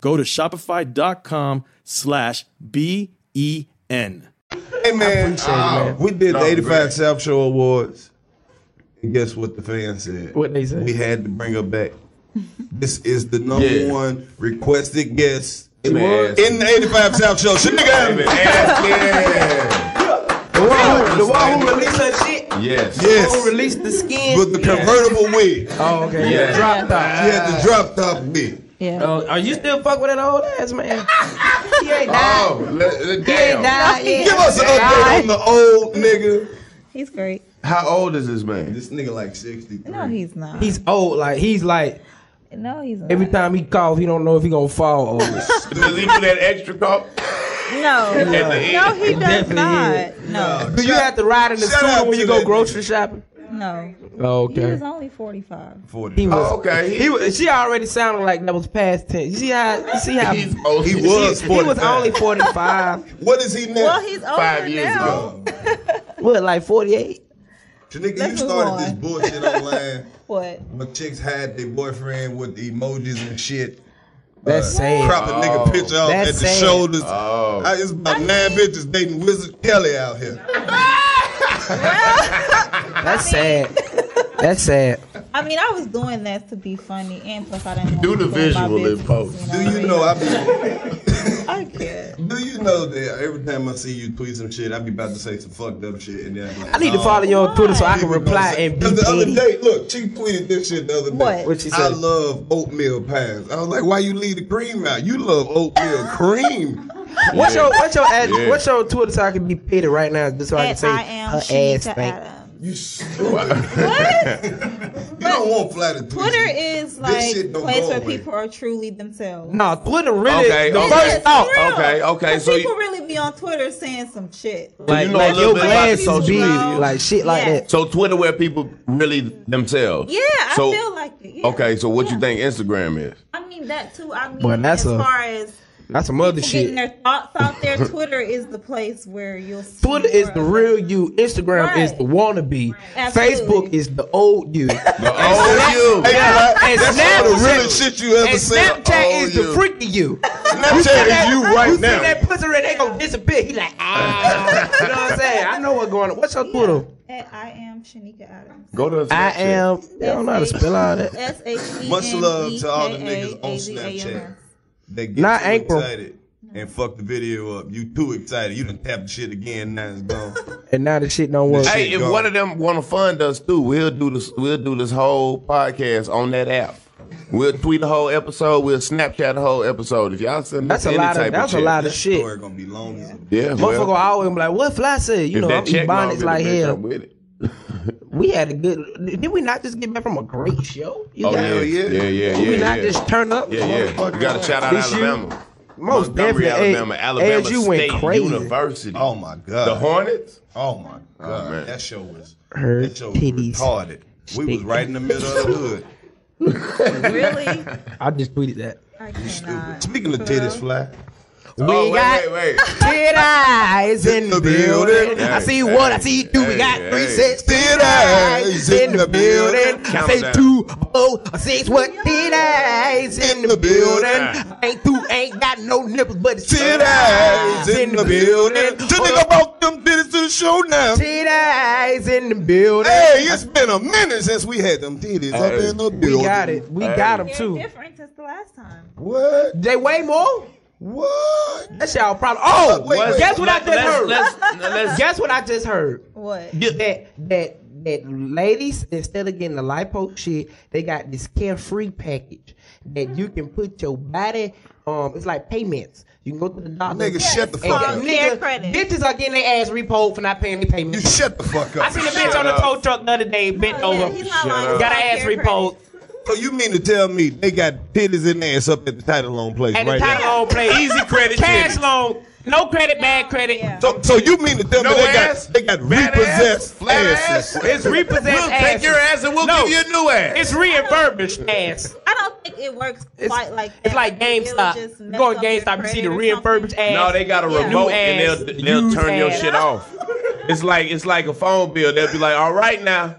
Speaker 12: Go to shopify.com slash E B-E-N.
Speaker 3: Hey man,
Speaker 12: man.
Speaker 3: uh, we did
Speaker 12: No,
Speaker 3: the 85
Speaker 12: great.
Speaker 3: South Show Awards. And guess what the fans said?
Speaker 9: What they said?
Speaker 3: We had to bring her back.
Speaker 8: This is the number
Speaker 3: Yeah.
Speaker 8: one requested guest in,
Speaker 3: Man, ass.
Speaker 8: in the 85 South Show. Shit, nigga. The one who- the one who released
Speaker 3: that shit?
Speaker 8: Yes.
Speaker 3: Yes.
Speaker 8: Yes.
Speaker 3: released the skin?
Speaker 8: With the convertible wig.
Speaker 3: Oh, okay. Yeah. Drop top.
Speaker 8: He had the drop top wig.
Speaker 3: Yeah. Oh, are you still fuck with that old ass man? he ain't
Speaker 8: Oh, let- let- damn.
Speaker 3: died yet.
Speaker 8: Give us an
Speaker 3: He ain't
Speaker 8: update
Speaker 3: died.
Speaker 8: on the old nigga.
Speaker 13: He's great.
Speaker 8: How old is this man? This nigga like 60.
Speaker 13: No, he's not.
Speaker 4: He's old. Like he's like
Speaker 13: no, he's not.
Speaker 4: every time he cough, he don't know if he gonna fall over.
Speaker 5: Does he do that extra cough?
Speaker 13: No,
Speaker 4: At the
Speaker 13: no,
Speaker 4: end.
Speaker 13: he does
Speaker 4: Definitely
Speaker 13: not.
Speaker 4: No. Do you have to ride in the
Speaker 13: Shout out
Speaker 4: scooter when
Speaker 13: to
Speaker 4: you go grocery shopping?
Speaker 13: No,
Speaker 4: Oh,
Speaker 13: he
Speaker 4: okay.
Speaker 13: was only forty-five.
Speaker 4: He was
Speaker 13: Oh, okay.
Speaker 4: He, was. She already sounded like that was past ten. You see how? You see how?
Speaker 13: He's
Speaker 8: old. He was
Speaker 4: He was
Speaker 8: 45.
Speaker 4: only forty five.
Speaker 8: (laughs) What is he now?
Speaker 13: Well, he's older
Speaker 8: Five years
Speaker 13: now.
Speaker 8: ago.
Speaker 4: (laughs) What, like forty eight?
Speaker 8: Tanika, you
Speaker 13: Let's move
Speaker 8: started
Speaker 13: on.
Speaker 8: this bullshit online
Speaker 13: What?
Speaker 8: when chicks had their boyfriend with the emojis and shit. Uh,
Speaker 4: That's sad.
Speaker 8: Crop a nigga
Speaker 4: Oh.
Speaker 8: picture off
Speaker 4: That's
Speaker 8: at the
Speaker 4: sad.
Speaker 8: shoulders.
Speaker 4: Oh.
Speaker 8: I, it's about nine bitches dating Wizard Kelly out here.
Speaker 4: That's sad. That's sad.
Speaker 13: I mean, I was doing that to be funny, and plus I didn't want
Speaker 5: Do the
Speaker 13: to put my
Speaker 5: visual
Speaker 13: business.
Speaker 5: in post.
Speaker 8: Do you know I be?
Speaker 13: I can't.
Speaker 8: Do you know that every time I see you tweet some shit, I be about to say some fucked up shit, and then I'm like,
Speaker 4: I need to
Speaker 8: "No."
Speaker 4: follow you on Twitter so I can
Speaker 8: People gonna
Speaker 4: reply
Speaker 8: say-
Speaker 4: and be
Speaker 8: Cause the other
Speaker 4: petty.
Speaker 8: day, look, she tweeted this shit the other day.
Speaker 4: What? What'd she
Speaker 8: I
Speaker 4: say?
Speaker 8: love oatmeal pies. I was like, why you leave the cream out? You love oatmeal cream.
Speaker 4: What's your what's your ad,
Speaker 8: Yeah.
Speaker 4: what's your Twitter so I can be petty right now just so I can
Speaker 8: At
Speaker 4: say
Speaker 8: I am
Speaker 4: her
Speaker 8: she
Speaker 4: ass
Speaker 8: to
Speaker 4: stank.
Speaker 8: You (laughs) what? you don't want flatter tweets.
Speaker 13: Twitter is like
Speaker 8: shit
Speaker 13: a
Speaker 8: don't
Speaker 13: place
Speaker 8: go
Speaker 13: where
Speaker 8: away.
Speaker 13: people are truly themselves.
Speaker 4: No, Twitter really
Speaker 5: Okay,
Speaker 4: the
Speaker 5: okay.
Speaker 4: first thought.
Speaker 13: For real.
Speaker 5: Okay, okay,
Speaker 13: 'Cause
Speaker 5: so you-
Speaker 13: people really be on Twitter saying some shit.
Speaker 5: Like,
Speaker 4: like your glasses be,
Speaker 5: like
Speaker 4: shit
Speaker 13: like Yeah.
Speaker 5: So Twitter, where people really themselves.
Speaker 13: Yeah, I
Speaker 5: So-
Speaker 13: feel like it. Yeah.
Speaker 5: Okay, so what you think Instagram is?
Speaker 13: I mean that too. I mean,
Speaker 5: Boy, that's
Speaker 13: as
Speaker 5: a-
Speaker 13: far as
Speaker 4: That's some other
Speaker 13: people
Speaker 4: shit.
Speaker 13: getting their thoughts out
Speaker 4: (laughs)
Speaker 13: there, Twitter is the place where you'll see
Speaker 4: Twitter is the real you. Instagram is the wannabe.
Speaker 13: Absolutely.
Speaker 4: Facebook is the old you. The
Speaker 5: old you.
Speaker 8: Hey, Black,
Speaker 4: and
Speaker 8: that's
Speaker 4: Snapchat,
Speaker 8: all the real shit you ever
Speaker 4: and
Speaker 8: said,
Speaker 4: Snapchat
Speaker 8: old
Speaker 4: is
Speaker 8: you.
Speaker 4: the freaky you.
Speaker 8: Snapchat
Speaker 4: see
Speaker 8: is
Speaker 4: that-
Speaker 8: you right
Speaker 4: you
Speaker 8: now.
Speaker 4: See that pussy red, they gonna disappear. He like, ah. you know what I'm saying? I know what's going on. What's your Twitter?
Speaker 13: At I am Shanika Adams.
Speaker 5: Go to
Speaker 4: I am. They don't know how to spell all that.
Speaker 13: S H E
Speaker 8: Much
Speaker 13: N
Speaker 8: love
Speaker 13: E
Speaker 8: to all the
Speaker 13: K A
Speaker 8: niggas on
Speaker 13: A Z A M S.
Speaker 8: Snapchat. They get
Speaker 4: Not
Speaker 8: too
Speaker 4: Ankrum.
Speaker 8: excited and fuck the video up. You too excited. You done tapped the shit again. Now it's gone.
Speaker 4: And now the shit don't work.
Speaker 5: Hey, if one of them want to fund us too, we'll do this. We'll do this whole podcast on that app. We'll tweet a whole episode. We'll Snapchat a whole episode. If y'all send
Speaker 4: That's
Speaker 5: us
Speaker 4: a
Speaker 5: any
Speaker 4: lot of-
Speaker 5: type
Speaker 4: that's a
Speaker 5: of,
Speaker 4: lot of That shit.
Speaker 8: gonna be long as
Speaker 5: Yeah,
Speaker 4: Motherfucker
Speaker 5: well,
Speaker 4: always be like, what Fly said? You
Speaker 5: if
Speaker 4: know,
Speaker 5: that
Speaker 4: I'm
Speaker 5: check long
Speaker 4: Ebonics
Speaker 5: is
Speaker 4: like
Speaker 5: the bitch,
Speaker 4: hell.
Speaker 5: I'm with it.
Speaker 4: We had a good. Did we not just get back from a great show?
Speaker 5: oh
Speaker 4: (laughs) got-
Speaker 5: yeah, yeah, yeah, yeah.
Speaker 4: Did we
Speaker 5: yeah.
Speaker 4: not just turn up?
Speaker 5: Yeah, yeah. You got to shout out
Speaker 4: This year?
Speaker 5: Alabama.
Speaker 4: Most
Speaker 5: Montgomery,
Speaker 4: definitely. Hey,
Speaker 5: Alabama, Alabama
Speaker 4: ASU
Speaker 5: State
Speaker 4: went crazy.
Speaker 5: University.
Speaker 8: Oh my god.
Speaker 5: The Hornets.
Speaker 8: Oh my god.
Speaker 5: man.
Speaker 8: That show was
Speaker 4: Her
Speaker 8: that show was
Speaker 4: titties
Speaker 8: retarded. We was right in the middle of the hood.
Speaker 13: Really?
Speaker 4: (laughs) I just tweeted that.
Speaker 13: I cannot.
Speaker 8: Speaking of titties, fly.
Speaker 4: We
Speaker 8: Oh, wait,
Speaker 4: got
Speaker 5: wait,
Speaker 4: tit eyes in the building.
Speaker 8: Hey,
Speaker 4: I see
Speaker 8: hey,
Speaker 4: one, I see two. we
Speaker 8: hey,
Speaker 4: got three
Speaker 8: hey.
Speaker 4: sets.
Speaker 8: Tit
Speaker 4: Tit
Speaker 8: eyes
Speaker 4: eyes
Speaker 8: in
Speaker 4: in the
Speaker 8: the
Speaker 4: building.
Speaker 8: building.
Speaker 4: I say
Speaker 8: Countdown.
Speaker 4: two, oh, I six. What tit eyes in the building? Ain't two, ain't got no nipples, but it's
Speaker 8: Tit eyes in the building. This nigga brought them titties to the show now.
Speaker 4: Tit eyes in the building.
Speaker 8: Hey, it's been a minute since we had them titties up in the building.
Speaker 4: We got it. We got them too.
Speaker 13: Different since the last time.
Speaker 8: What?
Speaker 4: They weigh more?
Speaker 8: What?
Speaker 4: That's y'all problem. Oh,
Speaker 13: Wait, wait.
Speaker 4: guess what I just
Speaker 13: Let's-
Speaker 4: heard?
Speaker 13: let's-
Speaker 4: guess what I just heard?
Speaker 13: What?
Speaker 4: That that that ladies instead of getting the lipo shit, they got this carefree package that you can put your body. Um, it's like payments. You can go to the doctor.
Speaker 8: Nigga, shut the
Speaker 4: and
Speaker 8: fuck
Speaker 4: get-
Speaker 8: up.
Speaker 4: Nigga, bitches are getting their ass repoed for not paying their payments. You
Speaker 8: shut the fuck up.
Speaker 4: I seen a bitch
Speaker 8: Shut
Speaker 4: on the
Speaker 8: up.
Speaker 4: tow truck the other day bent
Speaker 8: Oh,
Speaker 4: over,
Speaker 8: up.
Speaker 4: got her ass repoed.
Speaker 8: So Oh, you mean to tell me they got titties in their ass up at the title loan place
Speaker 4: And
Speaker 8: right
Speaker 4: the title
Speaker 8: now?
Speaker 4: loan play
Speaker 8: Easy credit
Speaker 4: cash
Speaker 8: titties.
Speaker 4: loan, no credit, bad credit.
Speaker 8: So, so you mean to tell
Speaker 4: No
Speaker 8: me they
Speaker 4: ass,
Speaker 8: got they got repossessed asses?
Speaker 4: It's repossessed asses. No, It's refurbished ass.
Speaker 13: I don't think it works quite like that.
Speaker 4: It's like GameStop. You go to GameStop, you see the refurbished ass.
Speaker 5: No, they got a
Speaker 4: new
Speaker 5: remote
Speaker 4: ass,
Speaker 5: and they'll they'll
Speaker 4: used
Speaker 5: turn your
Speaker 4: ass.
Speaker 5: shit off. It's like it's like a phone bill. They'll be like, all right now,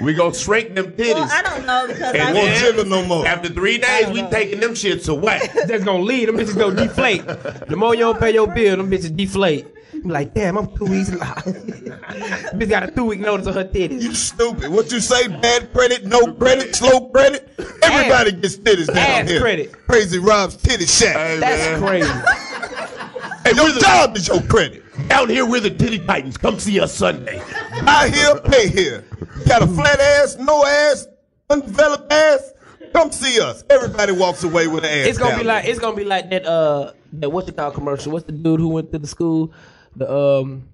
Speaker 5: we gonna shrink them titties.
Speaker 13: Well, I don't know because I
Speaker 5: and
Speaker 13: won't
Speaker 5: then, no more. After three days, we taking them shits away.
Speaker 4: (laughs) That's gonna leave. Them bitches go deflate. The more you don't pay your bill, them bitches deflate. You be like, damn, I'm two weeks live. (laughs) Bitch got a two week notice on her titties.
Speaker 3: You stupid. What you say? Bad credit, no credit, slow credit. Everybody gets titties down
Speaker 4: Ass
Speaker 3: here.
Speaker 4: credit.
Speaker 3: Crazy Rob's titty shack.
Speaker 4: That's crazy.
Speaker 3: And your job is your credit.
Speaker 8: Down here, we're the Titty Titans. Come see us Sunday.
Speaker 3: Buy here, pay here. Got a flat ass, no ass, undeveloped ass. Come see us. Everybody walks away with an ass.
Speaker 4: It's gonna
Speaker 3: down
Speaker 4: be like it's gonna be like that uh that what you call commercial. What's the dude who went to the school? The um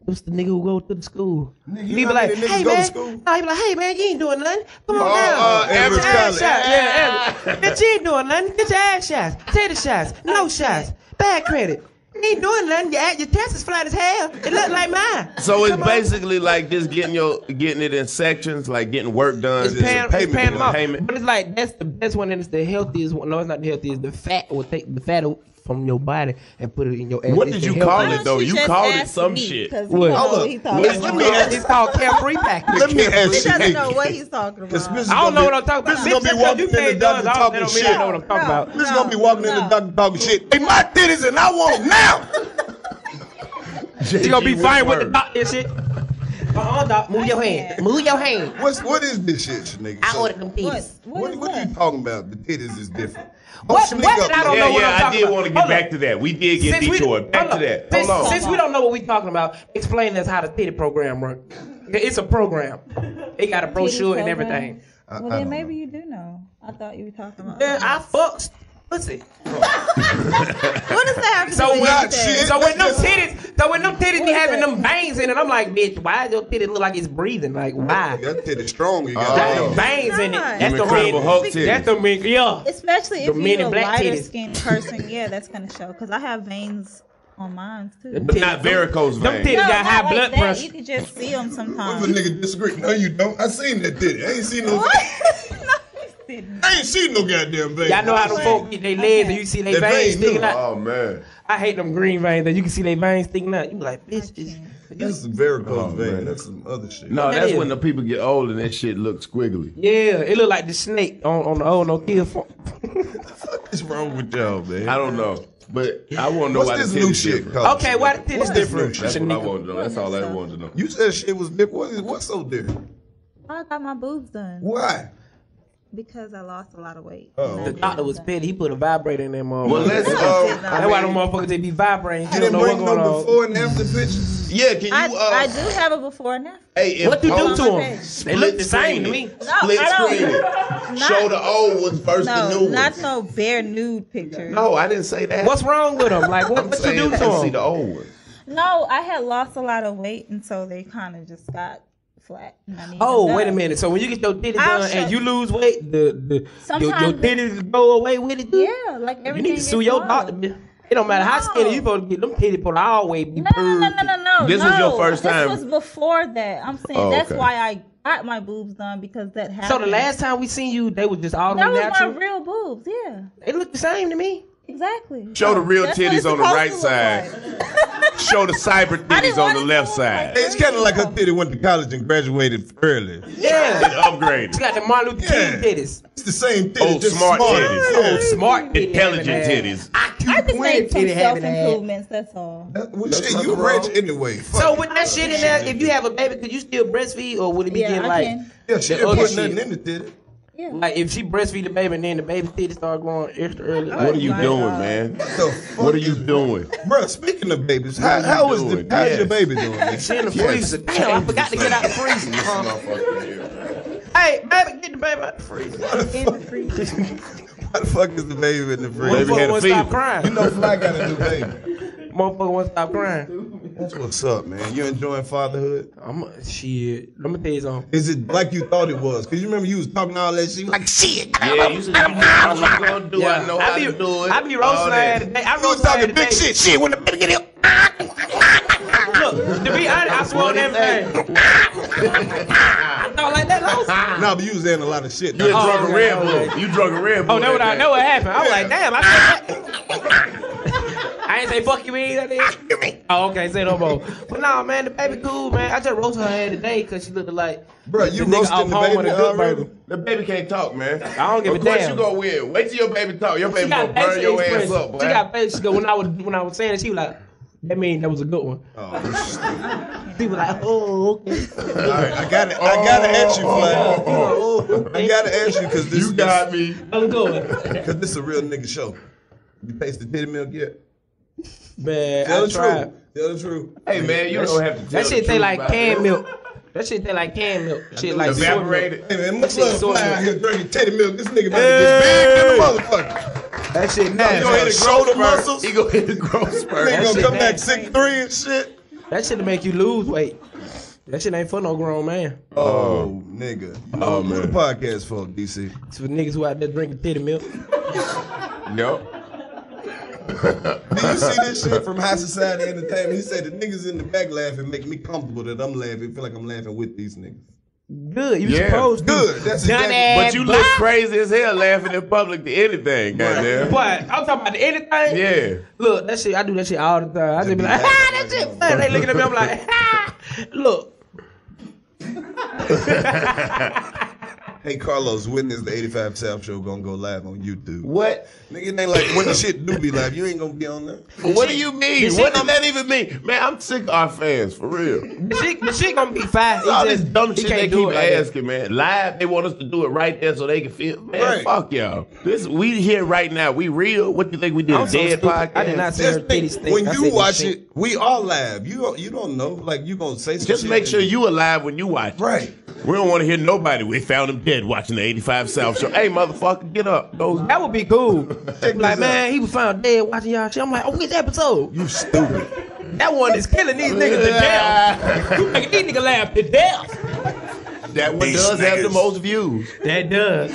Speaker 4: what's the nigga who go to the school?
Speaker 3: you
Speaker 4: he be
Speaker 3: know how
Speaker 4: like,
Speaker 3: many niggas
Speaker 4: hey
Speaker 3: go to
Speaker 4: man,
Speaker 3: school?
Speaker 4: no, he be like, hey man, you ain't doing nothing. Come on
Speaker 3: Oh,
Speaker 4: down.
Speaker 3: uh,
Speaker 4: Get your
Speaker 3: Everett
Speaker 4: ass
Speaker 3: Kelly.
Speaker 4: shot. Yeah,
Speaker 3: (laughs)
Speaker 4: Everett. Bitch, you ain't doing nothing. Get your ass shots. Titty shots. No shots. Bad credit. You ain't doing nothing. Your, ass- your test is flat as hell. It look like mine.
Speaker 5: So it's basically like just getting your getting it in sections, like getting work done.
Speaker 4: It's
Speaker 5: just
Speaker 4: paying,
Speaker 5: payment,
Speaker 4: it's paying them off.
Speaker 5: payment.
Speaker 4: But it's like that's the best one, and it's the healthiest one. No, it's not the healthiest. The fat will take the fat from your body and put it in your ass.
Speaker 5: What
Speaker 4: It's
Speaker 5: did
Speaker 4: the
Speaker 5: you
Speaker 4: healthiest.
Speaker 5: call it, Why don't though? you You just called it ask some me? shit. 'Cause he
Speaker 4: What?
Speaker 5: don't know what he talking
Speaker 4: It's
Speaker 5: about.
Speaker 4: called- It's called carefree package.
Speaker 3: Let me ask
Speaker 13: He
Speaker 3: you,
Speaker 13: doesn't
Speaker 3: Nick.
Speaker 13: know what he's talking about.
Speaker 3: This bitch is
Speaker 4: I don't
Speaker 3: gonna
Speaker 4: know
Speaker 3: be-
Speaker 4: what I'm talking
Speaker 3: This is
Speaker 4: about.
Speaker 3: gonna be
Speaker 4: Bitch,
Speaker 3: walking in
Speaker 4: that's
Speaker 3: the
Speaker 4: what you
Speaker 3: doctor
Speaker 4: paid us.
Speaker 3: talking
Speaker 4: I don't-
Speaker 3: shit.
Speaker 4: they don't know what I'm talking about.
Speaker 3: This is gonna be walking in the doctor talking shit. They my titties and I want them
Speaker 5: (laughs)
Speaker 3: now.
Speaker 4: You gonna be fine with the doctor and shit. Uh-uh, doc. Move your hand. Move your hand.
Speaker 3: What's what is this shit, nigga?
Speaker 4: I
Speaker 3: So,
Speaker 4: ordered them titties.
Speaker 3: What, what are you talking about? The titties is different.
Speaker 4: What-
Speaker 3: Don't
Speaker 4: what
Speaker 3: sneak up
Speaker 4: did I don't
Speaker 3: on
Speaker 4: know
Speaker 3: me.
Speaker 4: what I'm
Speaker 5: I
Speaker 4: talking
Speaker 5: did
Speaker 4: about.
Speaker 5: want to
Speaker 4: Hold
Speaker 5: get back
Speaker 4: on.
Speaker 5: to that. We did get
Speaker 4: Since we-
Speaker 5: detoured. Back
Speaker 4: hold
Speaker 5: to
Speaker 4: on.
Speaker 5: that.
Speaker 4: Since,
Speaker 5: Hold on.
Speaker 4: since we don't know what we're talking about, explain us how the titty program works. It's a program. It got a brochure and everything.
Speaker 13: Well, then maybe you do know. I thought you were talking about.
Speaker 4: Yeah, I fucks (laughs) pussy.
Speaker 13: what does that have to
Speaker 4: So
Speaker 13: do
Speaker 4: when,
Speaker 13: with anything?
Speaker 4: so when them titties, so when them titties be having them veins in it, I'm like, bitch, why your titty look like it's breathing? Like why?
Speaker 3: That titty strong. You
Speaker 4: got
Speaker 5: gotta
Speaker 4: them
Speaker 5: know.
Speaker 4: veins in it.
Speaker 13: Not.
Speaker 4: That's the
Speaker 5: Incredible
Speaker 4: red.
Speaker 5: Hulk titties.
Speaker 4: That's the mean. Yeah.
Speaker 13: Especially
Speaker 4: The
Speaker 13: if
Speaker 4: men
Speaker 13: you're
Speaker 4: in
Speaker 13: a
Speaker 4: black
Speaker 13: lighter
Speaker 4: titties.
Speaker 13: skinned person, yeah, that's gonna show. Cause I have veins on mine too.
Speaker 5: But not varicose
Speaker 4: Them
Speaker 5: veins.
Speaker 4: titties
Speaker 13: No,
Speaker 4: got
Speaker 13: not
Speaker 4: high
Speaker 13: like
Speaker 4: blood
Speaker 13: that.
Speaker 4: pressure.
Speaker 13: You can just see them
Speaker 3: If a
Speaker 13: (laughs) sometimes.
Speaker 3: nigga disagree, no, you don't. I seen that titty. I ain't seen no.
Speaker 13: What?
Speaker 3: I ain't seen no goddamn vein.
Speaker 4: Y'all know how them folk get their legs and you see their
Speaker 3: That
Speaker 4: veins
Speaker 3: vein new.
Speaker 4: sticking out.
Speaker 5: Oh man,
Speaker 4: I hate them green veins that you can see their veins sticking out. You be like, bitch, this-
Speaker 3: That's some varicose vein. That's some other shit.
Speaker 5: No,
Speaker 4: That
Speaker 5: that's
Speaker 4: is-
Speaker 5: when the people get old and that shit looks squiggly.
Speaker 4: yeah, it look like the snake on on the old no kill form.
Speaker 3: What's wrong with y'all, man?
Speaker 5: I don't know, but I want to know
Speaker 3: What's
Speaker 5: why
Speaker 3: this
Speaker 5: the
Speaker 3: new
Speaker 5: titties
Speaker 3: shit
Speaker 5: different.
Speaker 8: Oh,
Speaker 3: called? Okay,
Speaker 4: why the titties
Speaker 5: What's this new
Speaker 3: different?
Speaker 5: shit? That's what I wanted to know. That's all I wanted to know.
Speaker 3: You said shit was different. What is, what's so different?
Speaker 13: I got my boobs done.
Speaker 3: Why?
Speaker 13: Because I lost a lot of weight.
Speaker 4: The doctor was petty. He put a vibrator in that motherfucker.
Speaker 5: Well, let's, uh,
Speaker 4: That's why them motherfuckers they be vibrating. You don't know what's
Speaker 3: bring
Speaker 4: going
Speaker 3: no
Speaker 4: on.
Speaker 3: before and after pictures.
Speaker 5: Yeah, can
Speaker 3: uh,
Speaker 5: uh,
Speaker 13: I, I do have a before and after.
Speaker 5: Hey,
Speaker 4: What
Speaker 5: if-
Speaker 4: you do
Speaker 5: oh,
Speaker 4: to 'em? They look the same to me.
Speaker 5: screen it. Split
Speaker 13: I don't. (laughs)
Speaker 5: screen it. Show the old ones versus
Speaker 13: no,
Speaker 5: the new ones.
Speaker 13: not no bare nude pictures.
Speaker 5: No, I didn't say that.
Speaker 4: What's wrong with them? Like, what,
Speaker 5: I'm
Speaker 4: what you do
Speaker 5: saying,
Speaker 4: to
Speaker 5: I see
Speaker 4: them?
Speaker 5: the old ones.
Speaker 13: No, I had lost a lot of weight, and so they kind of just got flat. and I needed
Speaker 4: Oh,
Speaker 13: them
Speaker 4: wait a
Speaker 13: done.
Speaker 4: minute. So when you get your titty
Speaker 13: I'll
Speaker 4: done
Speaker 13: show-
Speaker 4: and you lose weight, the, the your, your
Speaker 13: Sometimes they-
Speaker 4: titties go away with it. dude.
Speaker 13: Yeah, like
Speaker 4: you
Speaker 13: everything.
Speaker 4: need to sue
Speaker 13: gets
Speaker 4: your
Speaker 13: wrong.
Speaker 4: doctor. bitch. It don't matter how skinny you supposed to get. Them titties supposed to always be
Speaker 13: No, no, no, no, no, no.
Speaker 5: This
Speaker 13: no.
Speaker 5: was your first time.
Speaker 13: This was before that. I'm saying
Speaker 5: Oh,
Speaker 13: that's
Speaker 5: okay.
Speaker 13: why I got my boobs done because that happened.
Speaker 4: So the last time we seen you, they were just all
Speaker 13: that was
Speaker 4: natural.
Speaker 13: my real boobs. Yeah,
Speaker 4: it looked the same to me.
Speaker 13: Exactly.
Speaker 5: Show the real
Speaker 13: That's what it's
Speaker 5: titties on the
Speaker 13: supposed
Speaker 5: right
Speaker 13: to look
Speaker 5: side. Show the cyber titties on the left side.
Speaker 3: It's kind of like a titty went to college and graduated early.
Speaker 4: Yeah.
Speaker 5: It upgraded.
Speaker 4: You got the Martin Luther King titties.
Speaker 3: It's the same titty.
Speaker 5: Old
Speaker 3: just
Speaker 5: smart
Speaker 3: smarter.
Speaker 5: titties.
Speaker 3: Yeah.
Speaker 5: Old smart intelligent titties.
Speaker 13: I just
Speaker 4: Queen
Speaker 13: made some
Speaker 4: titty
Speaker 13: self
Speaker 4: having that.
Speaker 13: improvements. That's all.
Speaker 3: Well, shit, you rich anyway. Fuck.
Speaker 4: So with that shit in there, if you have a baby, could you still breastfeed or would it be
Speaker 13: Yeah,
Speaker 4: getting
Speaker 13: I
Speaker 4: like
Speaker 13: can.
Speaker 3: Yeah,
Speaker 4: the
Speaker 3: she didn't
Speaker 4: other
Speaker 3: put
Speaker 4: shit?
Speaker 3: nothing in the titty.
Speaker 4: Like if she breastfeed the baby and then the baby titties start growing extra early.
Speaker 5: What are you doing,
Speaker 4: uh,
Speaker 13: uh,
Speaker 5: man? What are you doing?
Speaker 3: Bro, speaking of babies, how, how is the,
Speaker 5: doing?
Speaker 3: how's
Speaker 5: Yes.
Speaker 3: your baby doing? man?
Speaker 4: She in the
Speaker 3: Yes.
Speaker 4: freezer. Damn, I forgot to get out the freezer. Uh, hey, baby, get the baby out the freezer.
Speaker 3: Why the fuck is the baby in the freezer?
Speaker 5: Baby had
Speaker 4: Motherfucker
Speaker 5: a
Speaker 4: won't
Speaker 5: fever.
Speaker 4: stop crying.
Speaker 3: You know Fly got a new
Speaker 4: (laughs)
Speaker 3: baby.
Speaker 4: Motherfucker won't stop crying.
Speaker 3: That's what's up, man. You enjoying fatherhood?
Speaker 4: I'm shit. Let me tell you something.
Speaker 3: Is it like you thought it was? Cause you remember you was talking all that shit. Like shit.
Speaker 5: Yeah, you said you know what you gonna do. I know how
Speaker 4: be,
Speaker 5: to do it.
Speaker 4: I be
Speaker 5: All
Speaker 4: roasting her
Speaker 5: that.
Speaker 4: ass today. I
Speaker 3: You was
Speaker 4: roast her ass
Speaker 3: talking big
Speaker 4: today.
Speaker 3: shit. Shit when the baby get here.
Speaker 4: Look, to be honest,
Speaker 5: (laughs)
Speaker 4: I swore on everything. I thought like that
Speaker 5: (laughs)
Speaker 4: lost.
Speaker 3: Nah, but you was saying a lot of shit.
Speaker 5: Uh-huh. You had
Speaker 3: Oh,
Speaker 5: drug
Speaker 3: okay,
Speaker 5: a Red
Speaker 3: okay.
Speaker 5: Bull. You drug a Red Bull.
Speaker 4: Oh, that what I
Speaker 5: that
Speaker 4: know what
Speaker 5: day.
Speaker 4: happened. I was like, damn, I (laughs) said that. I ain't say fuck you mean that is. Oh, okay, say no more. But nah, man, the baby cool, man. I just roasted her head today because she looked like
Speaker 3: Bro, you
Speaker 4: the nigga off
Speaker 3: roasting the
Speaker 4: home
Speaker 3: baby
Speaker 4: with a good
Speaker 3: already?
Speaker 4: baby.
Speaker 5: The baby can't talk, man.
Speaker 4: I don't give
Speaker 5: of
Speaker 4: a
Speaker 5: course
Speaker 4: damn.
Speaker 5: you gonna win. Wait till your baby talk. Your
Speaker 4: She
Speaker 5: baby
Speaker 4: got
Speaker 5: gonna
Speaker 4: facial
Speaker 5: burn your ass
Speaker 4: expressions.
Speaker 5: up, boy.
Speaker 4: She got facial. She go when I was when I was saying it, she was like, That means that was a good one. People like, oh, okay.
Speaker 3: All right, I got it. I gotta
Speaker 5: Oh,
Speaker 3: ask you, Flat. I gotta ask you because this you got
Speaker 4: me. I'm going
Speaker 3: because this is a real nigga show. You taste the titty milk yet?
Speaker 4: Man,
Speaker 3: Tell
Speaker 4: I
Speaker 3: the
Speaker 4: tried.
Speaker 3: truth. Tell the truth.
Speaker 4: Hey, man, you don't have to tell
Speaker 3: the
Speaker 4: That shit
Speaker 3: truth
Speaker 4: taste like
Speaker 3: about
Speaker 4: canned
Speaker 3: it.
Speaker 4: milk. That shit taste like canned milk. Shit like soy milk.
Speaker 3: Hey man, my
Speaker 4: That shit
Speaker 3: son
Speaker 4: soy
Speaker 3: fly out
Speaker 4: milk.
Speaker 3: here drinking titty milk. This nigga about to get big than a motherfucker.
Speaker 4: That shit
Speaker 3: You
Speaker 4: nasty.
Speaker 3: gonna hit the shoulder muscles?
Speaker 4: He gonna hit the growth
Speaker 3: (laughs)
Speaker 4: spurt.
Speaker 3: Nigga gonna come back
Speaker 4: six three and shit. That shit to make you lose weight. That shit ain't for no grown man.
Speaker 3: Oh, nigga.
Speaker 5: Oh,
Speaker 3: Who the
Speaker 5: man.
Speaker 3: podcast for, DC?
Speaker 4: It's for niggas who out there drinking titty milk.
Speaker 5: Nope.
Speaker 3: Do you see this shit
Speaker 4: (laughs)
Speaker 3: from High Society Entertainment? He said the niggas in the back laughing make me comfortable that I'm laughing. Feel like I'm laughing with these niggas.
Speaker 4: Good. You
Speaker 5: Yeah.
Speaker 4: supposed to.
Speaker 3: Good. That's
Speaker 4: Dumbass
Speaker 3: exactly.
Speaker 5: But you look crazy as hell laughing in public to anything, goddamn.
Speaker 4: But I'm talking about anything.
Speaker 5: Yeah.
Speaker 4: Look, that shit. I do that shit all the time. I just be like, ah, that shit fun. They looking at me. I'm like, ah. Look,
Speaker 3: Hey Carlos, witness the 85 South Show gonna go live on YouTube. What? Nigga, it ain't like when the shit do be live, you ain't gonna be on there.
Speaker 5: What do you mean?
Speaker 3: This
Speaker 5: What
Speaker 3: shit-
Speaker 5: does that even mean? Man, I'm sick of our fans, for real.
Speaker 4: the shit, the shit gonna be fine. He
Speaker 5: All this
Speaker 4: just-
Speaker 5: dumb
Speaker 4: he
Speaker 5: shit
Speaker 4: can't
Speaker 5: they
Speaker 4: do
Speaker 5: keep
Speaker 4: it like that.
Speaker 5: asking, man. Live, they want us to do it right there so they can feel. Man,
Speaker 4: Right.
Speaker 5: fuck y'all. This we here right now. We real. What you think we did?
Speaker 4: I'm
Speaker 5: a
Speaker 4: so
Speaker 5: dead
Speaker 4: stupid.
Speaker 5: podcast.
Speaker 4: I did not say her titty stink.
Speaker 3: When
Speaker 4: I
Speaker 3: you
Speaker 4: said
Speaker 3: watch
Speaker 4: stink.
Speaker 3: it, we all live. You don't, you don't know. Like you gonna say some
Speaker 5: Just
Speaker 3: shit
Speaker 5: make
Speaker 3: and-
Speaker 5: sure you alive when you watch.
Speaker 3: Right.
Speaker 5: We don't want to hear nobody. We found him dead watching the 85 South show. Hey, motherfucker, get up. Go.
Speaker 4: That would be
Speaker 5: (laughs)
Speaker 4: cool. like, man, he was found dead watching y'all shit. I'm like, oh, get the episode.
Speaker 3: You stupid.
Speaker 4: That one is killing these niggas to death. You making these niggas laugh to death.
Speaker 5: That one does have the most views.
Speaker 4: That does.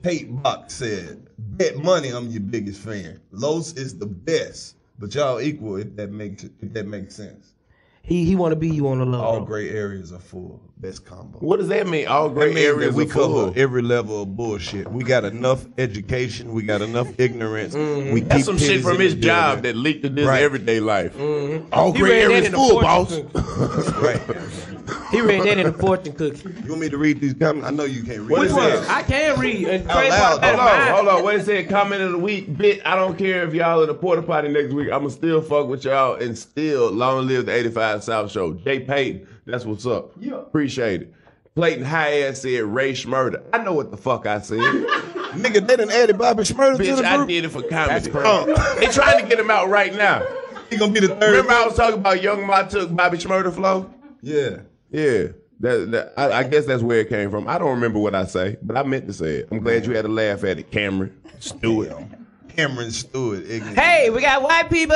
Speaker 3: Pate Buck said, "Bet money I'm your biggest fan. Los is the best, but y'all equal if that makes if that makes sense.
Speaker 4: He he want to be you on the love.
Speaker 3: All gray areas are full. Best combo.
Speaker 5: What does that mean? All
Speaker 3: That
Speaker 5: great
Speaker 3: means
Speaker 5: areas
Speaker 3: that we
Speaker 5: are full.
Speaker 3: cover every level of bullshit. We got enough education. We got
Speaker 5: (laughs)
Speaker 3: enough ignorance. We
Speaker 5: That's
Speaker 3: keep
Speaker 5: some shit
Speaker 3: titties
Speaker 5: from
Speaker 3: in
Speaker 5: his
Speaker 3: the
Speaker 5: job
Speaker 3: building.
Speaker 5: that leaked into his
Speaker 3: Right.
Speaker 5: everyday life. All
Speaker 3: All
Speaker 5: great areas full, boss.
Speaker 3: right.
Speaker 4: He read that in the fortune cookie.
Speaker 3: You want me to read these comments? I know you can't read.
Speaker 5: What is that?
Speaker 4: I can read. And
Speaker 5: Out
Speaker 4: Trey brought
Speaker 5: loud.
Speaker 4: that
Speaker 5: Hold
Speaker 4: up.
Speaker 5: on, hold on. What it said? Comment of the week, bit. I don't care if y'all in the porta potty next week. I'ma still fuck with y'all and still long live the 85 South Show. Jay Payton, that's what's up. Yeah. Appreciate it. Clayton High Ass said Ray Schmurda. I know what the fuck I
Speaker 3: (laughs)
Speaker 5: said.
Speaker 3: Nigga, they done added Bobby Schmurda
Speaker 5: Bitch,
Speaker 3: to the
Speaker 5: I
Speaker 3: group.
Speaker 5: did it for comedy. Uh, they trying to get him out right now.
Speaker 3: He gonna be the third.
Speaker 5: Remember I was talking about Young Ma took Bobby Schmurda flow?
Speaker 3: Yeah.
Speaker 5: Yeah. That, that- I, I guess that's where it came from. I don't remember what I say, but I meant to say it. I'm glad you had a laugh at it, Cameron (laughs) Stewart.
Speaker 3: Cameron Stewart. ignorant.
Speaker 4: Hey, we got white people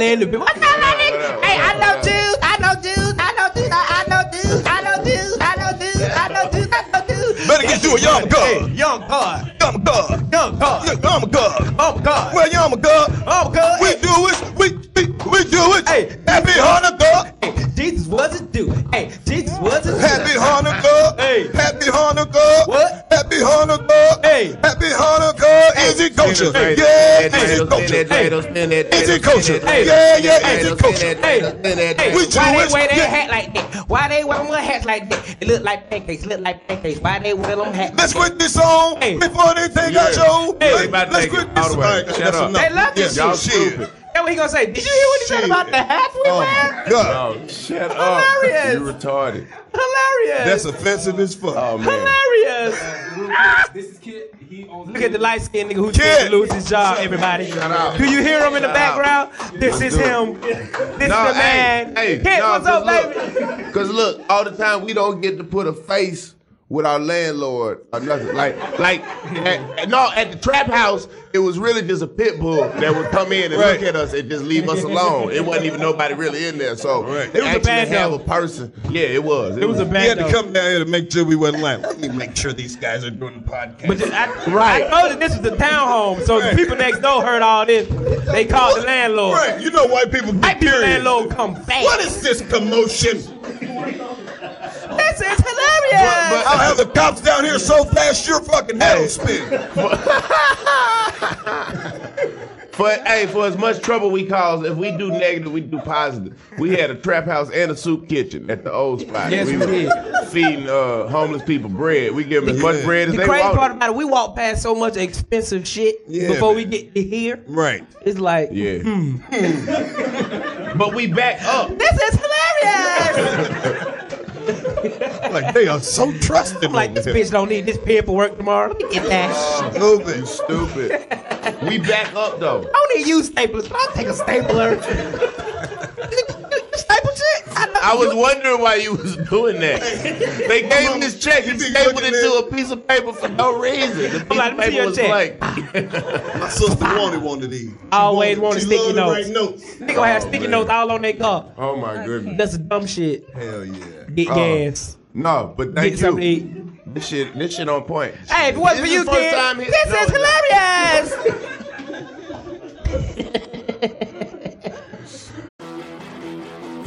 Speaker 4: in the What's up, my nigga? Hey, I know dudes. I know dudes. I know dudes. I I know dudes. I know dudes. I know dudes. I know dudes. I know dudes.
Speaker 3: Better get you a young god.
Speaker 4: Young God.
Speaker 3: Young God.
Speaker 4: Young God.
Speaker 3: Young God.
Speaker 4: Oh God.
Speaker 3: Well, young God.
Speaker 4: Oh God.
Speaker 3: We do it. We we, we do it.
Speaker 4: Hey,
Speaker 3: Happy Hanukkah.
Speaker 4: Jesus wasn't doing. Hey, Jesus wasn't
Speaker 3: Happy Hanukkah.
Speaker 4: Hey.
Speaker 3: Happy Hanukkah.
Speaker 4: What?
Speaker 3: Happy Hanukkah.
Speaker 4: Hey.
Speaker 3: Happy Hanukkah. Easy culture.
Speaker 5: Hey.
Speaker 3: Yeah.
Speaker 5: Hey.
Speaker 3: Easy
Speaker 5: Hey.
Speaker 3: culture.
Speaker 5: Hey.
Speaker 3: Easy culture.
Speaker 5: Hey.
Speaker 3: Yeah. Yeah.
Speaker 5: Hey.
Speaker 3: Easy
Speaker 5: Hey.
Speaker 3: culture.
Speaker 4: Hey,
Speaker 3: We
Speaker 4: hey, why
Speaker 3: Jewish.
Speaker 4: they wear
Speaker 3: Yeah.
Speaker 4: their hat like that? Why they wear them hats like that? They look like pancakes. Look like pancakes. Why they wear them hats?
Speaker 3: Let's quit this song
Speaker 4: Hey.
Speaker 3: before they take our
Speaker 5: Yeah.
Speaker 3: show.
Speaker 5: Hey. They
Speaker 3: Let-
Speaker 5: about to
Speaker 3: Let's
Speaker 5: take it
Speaker 3: quit
Speaker 5: all
Speaker 3: this.
Speaker 5: the way.
Speaker 3: All right,
Speaker 5: Shut
Speaker 3: that's
Speaker 5: up.
Speaker 3: enough.
Speaker 4: They love this
Speaker 3: Yeah,
Speaker 5: Y'all
Speaker 3: shit.
Speaker 5: stupid.
Speaker 4: That's what he gonna say. Did you hear what he said
Speaker 3: Shit. Oh
Speaker 4: about the hats we wear?
Speaker 3: God.
Speaker 5: No, shut up.
Speaker 4: Hilarious.
Speaker 5: You retarded.
Speaker 3: That's
Speaker 4: Hilarious.
Speaker 3: offensive as fuck.
Speaker 5: Oh man.
Speaker 4: Hilarious.
Speaker 2: This is Kid. He owns
Speaker 4: Look at the light skinned nigga who's
Speaker 3: Kid.
Speaker 4: trying to lose his job, everybody.
Speaker 5: out.
Speaker 4: Do you hear him in the
Speaker 5: Shout out.
Speaker 4: background? This is him. This is the man.
Speaker 5: Hey,
Speaker 4: Kid, what's up, baby?
Speaker 5: Because look, all the time we don't get to put a face with our landlord or nothing. Like, like, at, no, at the trap house, it was really just a pit bull that would come in and
Speaker 3: Right.
Speaker 5: look at us and just leave us alone. It wasn't even nobody really in there. So
Speaker 3: Right.
Speaker 5: to
Speaker 4: It was a
Speaker 5: actually
Speaker 4: bad
Speaker 5: have
Speaker 4: dog.
Speaker 5: a person. Yeah, it was.
Speaker 4: It was a
Speaker 3: He had
Speaker 4: bad
Speaker 3: to
Speaker 4: though.
Speaker 3: come down here to make sure we wasn't lying. Let me make sure these guys are doing the podcast.
Speaker 4: But I,
Speaker 5: Right.
Speaker 4: I know that Oh, this is the townhome, so the people next door heard all this. They called the landlord.
Speaker 3: Right, you know white people be
Speaker 4: White people
Speaker 3: curious.
Speaker 4: landlord come fast.
Speaker 3: What is this commotion?
Speaker 4: This is hilarious.
Speaker 5: But-
Speaker 3: I'll have the cops down here so fast your fucking head will spin.
Speaker 4: (laughs)
Speaker 5: For hey, for as much trouble we cause, if we do negative, we do positive. We had a trap house and a soup kitchen at the old spot.
Speaker 4: Yes, we
Speaker 5: were
Speaker 4: did.
Speaker 5: feeding uh, homeless people bread. We give them as much bread as
Speaker 4: the
Speaker 5: they
Speaker 4: crazy
Speaker 5: want.
Speaker 4: part about it, we walk past so much expensive shit
Speaker 3: Yeah,
Speaker 4: before we
Speaker 3: man.
Speaker 4: get to here.
Speaker 3: Right.
Speaker 4: It's like
Speaker 5: yeah, (laughs) but we back up.
Speaker 4: hmm, This is hilarious.
Speaker 5: Like they are so trusted.
Speaker 4: like this bitch don't need this paperwork tomorrow. Let me get that.
Speaker 5: Stupid, stupid. We back up though.
Speaker 4: I don't need you staplers, but I'll take a stapler. (laughs) Staple shit.
Speaker 5: I was wondering why you was doing that. They gave him this check. He stapled it to a piece of paper for no reason. The piece of paper was blank.
Speaker 3: My sister wanted one of these.
Speaker 4: Always want
Speaker 3: She
Speaker 4: sticky
Speaker 3: loved to write
Speaker 4: notes. They gonna have sticky notes all on their car.
Speaker 5: Oh my goodness.
Speaker 4: That's dumb shit.
Speaker 5: Hell yeah.
Speaker 4: Get gas.
Speaker 5: Oh. No, but
Speaker 4: Get
Speaker 5: thank you.
Speaker 4: something to
Speaker 5: This shit, this shit on point.
Speaker 4: Hey, if it wasn't
Speaker 5: This
Speaker 4: for
Speaker 5: is
Speaker 4: you,
Speaker 5: the first
Speaker 4: kid,
Speaker 5: time he-
Speaker 4: this
Speaker 5: No,
Speaker 4: is hilarious.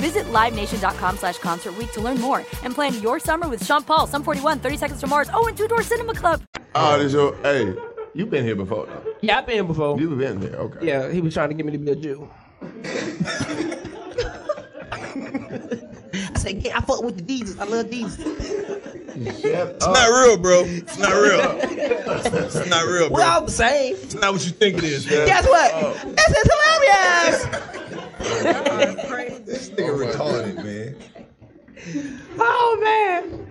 Speaker 1: Visit LiveNation.com slash Concert Week to learn more and plan your summer with Sean Paul, Sum 41, 30 Seconds to Mars, oh, and Two Door Cinema Club.
Speaker 5: Oh, this your hey. You been here before though.
Speaker 4: Yeah, I've been here before.
Speaker 5: You've been here, okay.
Speaker 4: Yeah, he was trying to get me to be a Jew. I said, yeah, I fuck with the Jesus. I love Jesus.
Speaker 3: It's not real, bro. It's
Speaker 4: (laughs)
Speaker 3: not real. it's not real, bro. Oh.
Speaker 4: We're all the same.
Speaker 3: It's not what you think it is. man.
Speaker 4: Guess what? This is hilarious.
Speaker 3: This nigga retarded, man.
Speaker 4: Oh man.
Speaker 3: Did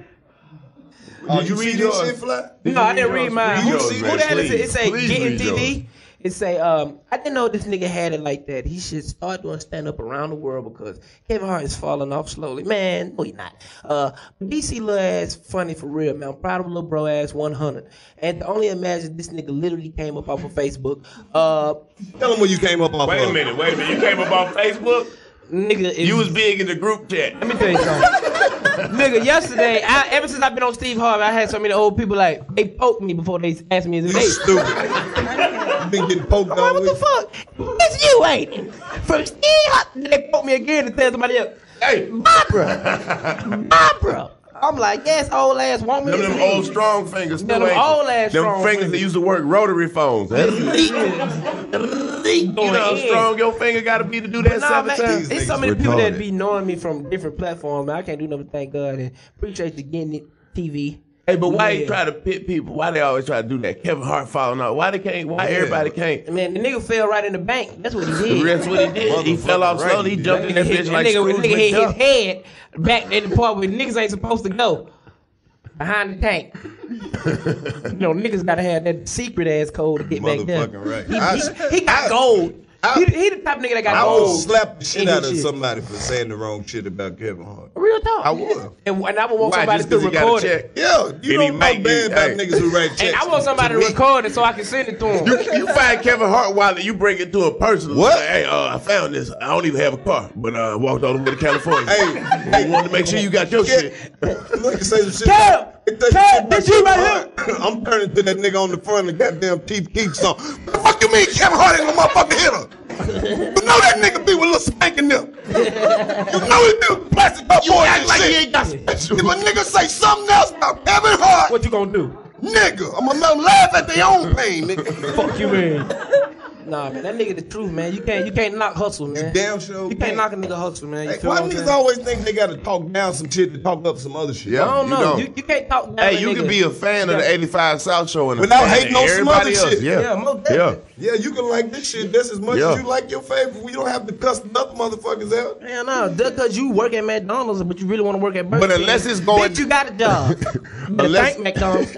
Speaker 3: Oh, you, read this shit, Fly?
Speaker 4: No, I didn't read mine. Who,
Speaker 3: Read yours,
Speaker 4: who
Speaker 3: man,
Speaker 4: the hell is it?
Speaker 3: please.
Speaker 4: It say
Speaker 3: Please
Speaker 4: getting
Speaker 3: read
Speaker 4: TV. It say um. I didn't know this nigga had it like that. He should start doing stand up around the world because Kevin Hart is falling off slowly. Man, no, he not. Uh, DC little ass funny for real, man. I'm proud of little bro ass 100. And to only imagine this nigga literally came up off of Facebook. Uh,
Speaker 3: tell him when you came up off.
Speaker 5: Wait a minute, wait a minute. You came up on Facebook?
Speaker 4: Nigga,
Speaker 5: you was big in the group chat. Let
Speaker 4: me tell you something.
Speaker 5: (laughs)
Speaker 4: Nigga, yesterday, I, ever since I've been on Steve Harvey, I had so many old people like they poked me before they asked me as a
Speaker 3: stupid.
Speaker 4: (laughs)
Speaker 3: been getting poked
Speaker 4: on. What the fuck? That's you, ain't it? From Steve Harvey, they poked me again and tell somebody else.
Speaker 5: Hey, (laughs)
Speaker 4: Barbara, Barbara. I'm like, yes, old ass woman.
Speaker 5: Them, them old strong fingers.
Speaker 4: Yeah, them
Speaker 5: ain't-
Speaker 4: old ass
Speaker 5: Them
Speaker 4: strong
Speaker 5: fingers, that used to work rotary
Speaker 4: (laughs)
Speaker 5: phones. That's
Speaker 4: You
Speaker 5: know how strong your finger gotta be to do that seven times?
Speaker 4: It's so
Speaker 5: These
Speaker 4: many
Speaker 5: niggas
Speaker 4: people that
Speaker 5: retarded.
Speaker 4: be knowing me from different platforms. Man, I can't do nothing. Thank God and appreciate you getting it. TV.
Speaker 5: Hey, but why
Speaker 4: Yeah.
Speaker 5: you try to pit people? Why they always try to do that? Kevin Hart falling out. Why they can't? Why everybody can't?
Speaker 4: Man, the nigga fell right in the bank. That's what he did.
Speaker 5: That's what he did. He fell off slowly. He jumped in that bitch like
Speaker 4: nigga,
Speaker 5: Scrooge
Speaker 4: nigga hit his
Speaker 5: McDuck.
Speaker 4: head back at the part where niggas ain't supposed to go. Behind the tank. you know, niggas gotta have that secret ass code to get back there.
Speaker 3: Motherfucking right.
Speaker 4: He,
Speaker 3: I-
Speaker 4: he- he got gold. he, he the type of nigga that got
Speaker 3: I
Speaker 4: gold.
Speaker 3: would slap the shit
Speaker 4: in
Speaker 3: out
Speaker 4: his
Speaker 3: of
Speaker 4: shit.
Speaker 3: somebody for saying the wrong shit about Kevin Hart.
Speaker 4: Real talk.
Speaker 3: I would.
Speaker 4: And, and I would want
Speaker 3: Why,
Speaker 4: somebody
Speaker 3: just
Speaker 4: to
Speaker 3: 'cause he got a
Speaker 4: record
Speaker 3: check?
Speaker 4: it.
Speaker 3: Yeah, you And he don't know might be- bad about hey. niggas who
Speaker 5: (laughs)
Speaker 3: write
Speaker 4: And
Speaker 3: checks
Speaker 4: I want somebody
Speaker 3: to
Speaker 4: to,
Speaker 3: me.
Speaker 4: record it so I can send it to him.
Speaker 5: You, you find Kevin Hart wallet, you bring it to a person. What? hey, uh, I found this. I don't even have a car, but uh, I walked all the way to California. hey, wanted to make sure you got your shit.
Speaker 3: Look, say some shit.
Speaker 4: Kev,
Speaker 8: Cat, this you right here. (laughs) I'm turning to that nigga on the front of the goddamn Chief Keef song. What the fuck you mean Kevin Hart ain't no motherfucking hitter? You know that nigga be with Lil Spank in them. You know he do plastic up You act like he ain't got special. If a nigga say something else about Kevin Hart. What you gonna do? Nigga, I'm gonna let 'em laugh at their own pain, nigga. (laughs) Fuck you, man.
Speaker 4: Nah, man, that nigga the truth, man. You can't, you can't knock hustle, man. You
Speaker 8: damn sure.
Speaker 4: You can't knock a nigga hustle, man. You
Speaker 8: Hey,
Speaker 4: feel
Speaker 8: why
Speaker 4: what I'm
Speaker 8: niggas
Speaker 4: saying?
Speaker 8: always think they gotta talk down some shit to talk up some other shit?
Speaker 5: Yeah, I don't you know. don't. You-
Speaker 4: You can't talk down
Speaker 5: Hey,
Speaker 4: a
Speaker 5: you
Speaker 4: nigga.
Speaker 5: can be a fan of
Speaker 8: Yeah.
Speaker 5: the 85 South Show and a
Speaker 8: Without
Speaker 5: fan of
Speaker 8: hating on some other
Speaker 5: everybody else.
Speaker 8: shit.
Speaker 5: Yeah. yeah.
Speaker 8: Yeah, you can like this shit just as much
Speaker 5: Yeah.
Speaker 8: as you like your favorite. We don't have to cuss another motherfuckers out.
Speaker 4: Yeah, no, just cause you work at McDonald's, but you really want to work at Burger
Speaker 5: But unless
Speaker 4: King,
Speaker 5: it's going-
Speaker 4: bitch, you got a
Speaker 5: (laughs)
Speaker 4: job.
Speaker 5: Unless-
Speaker 4: unless thank McDonald's.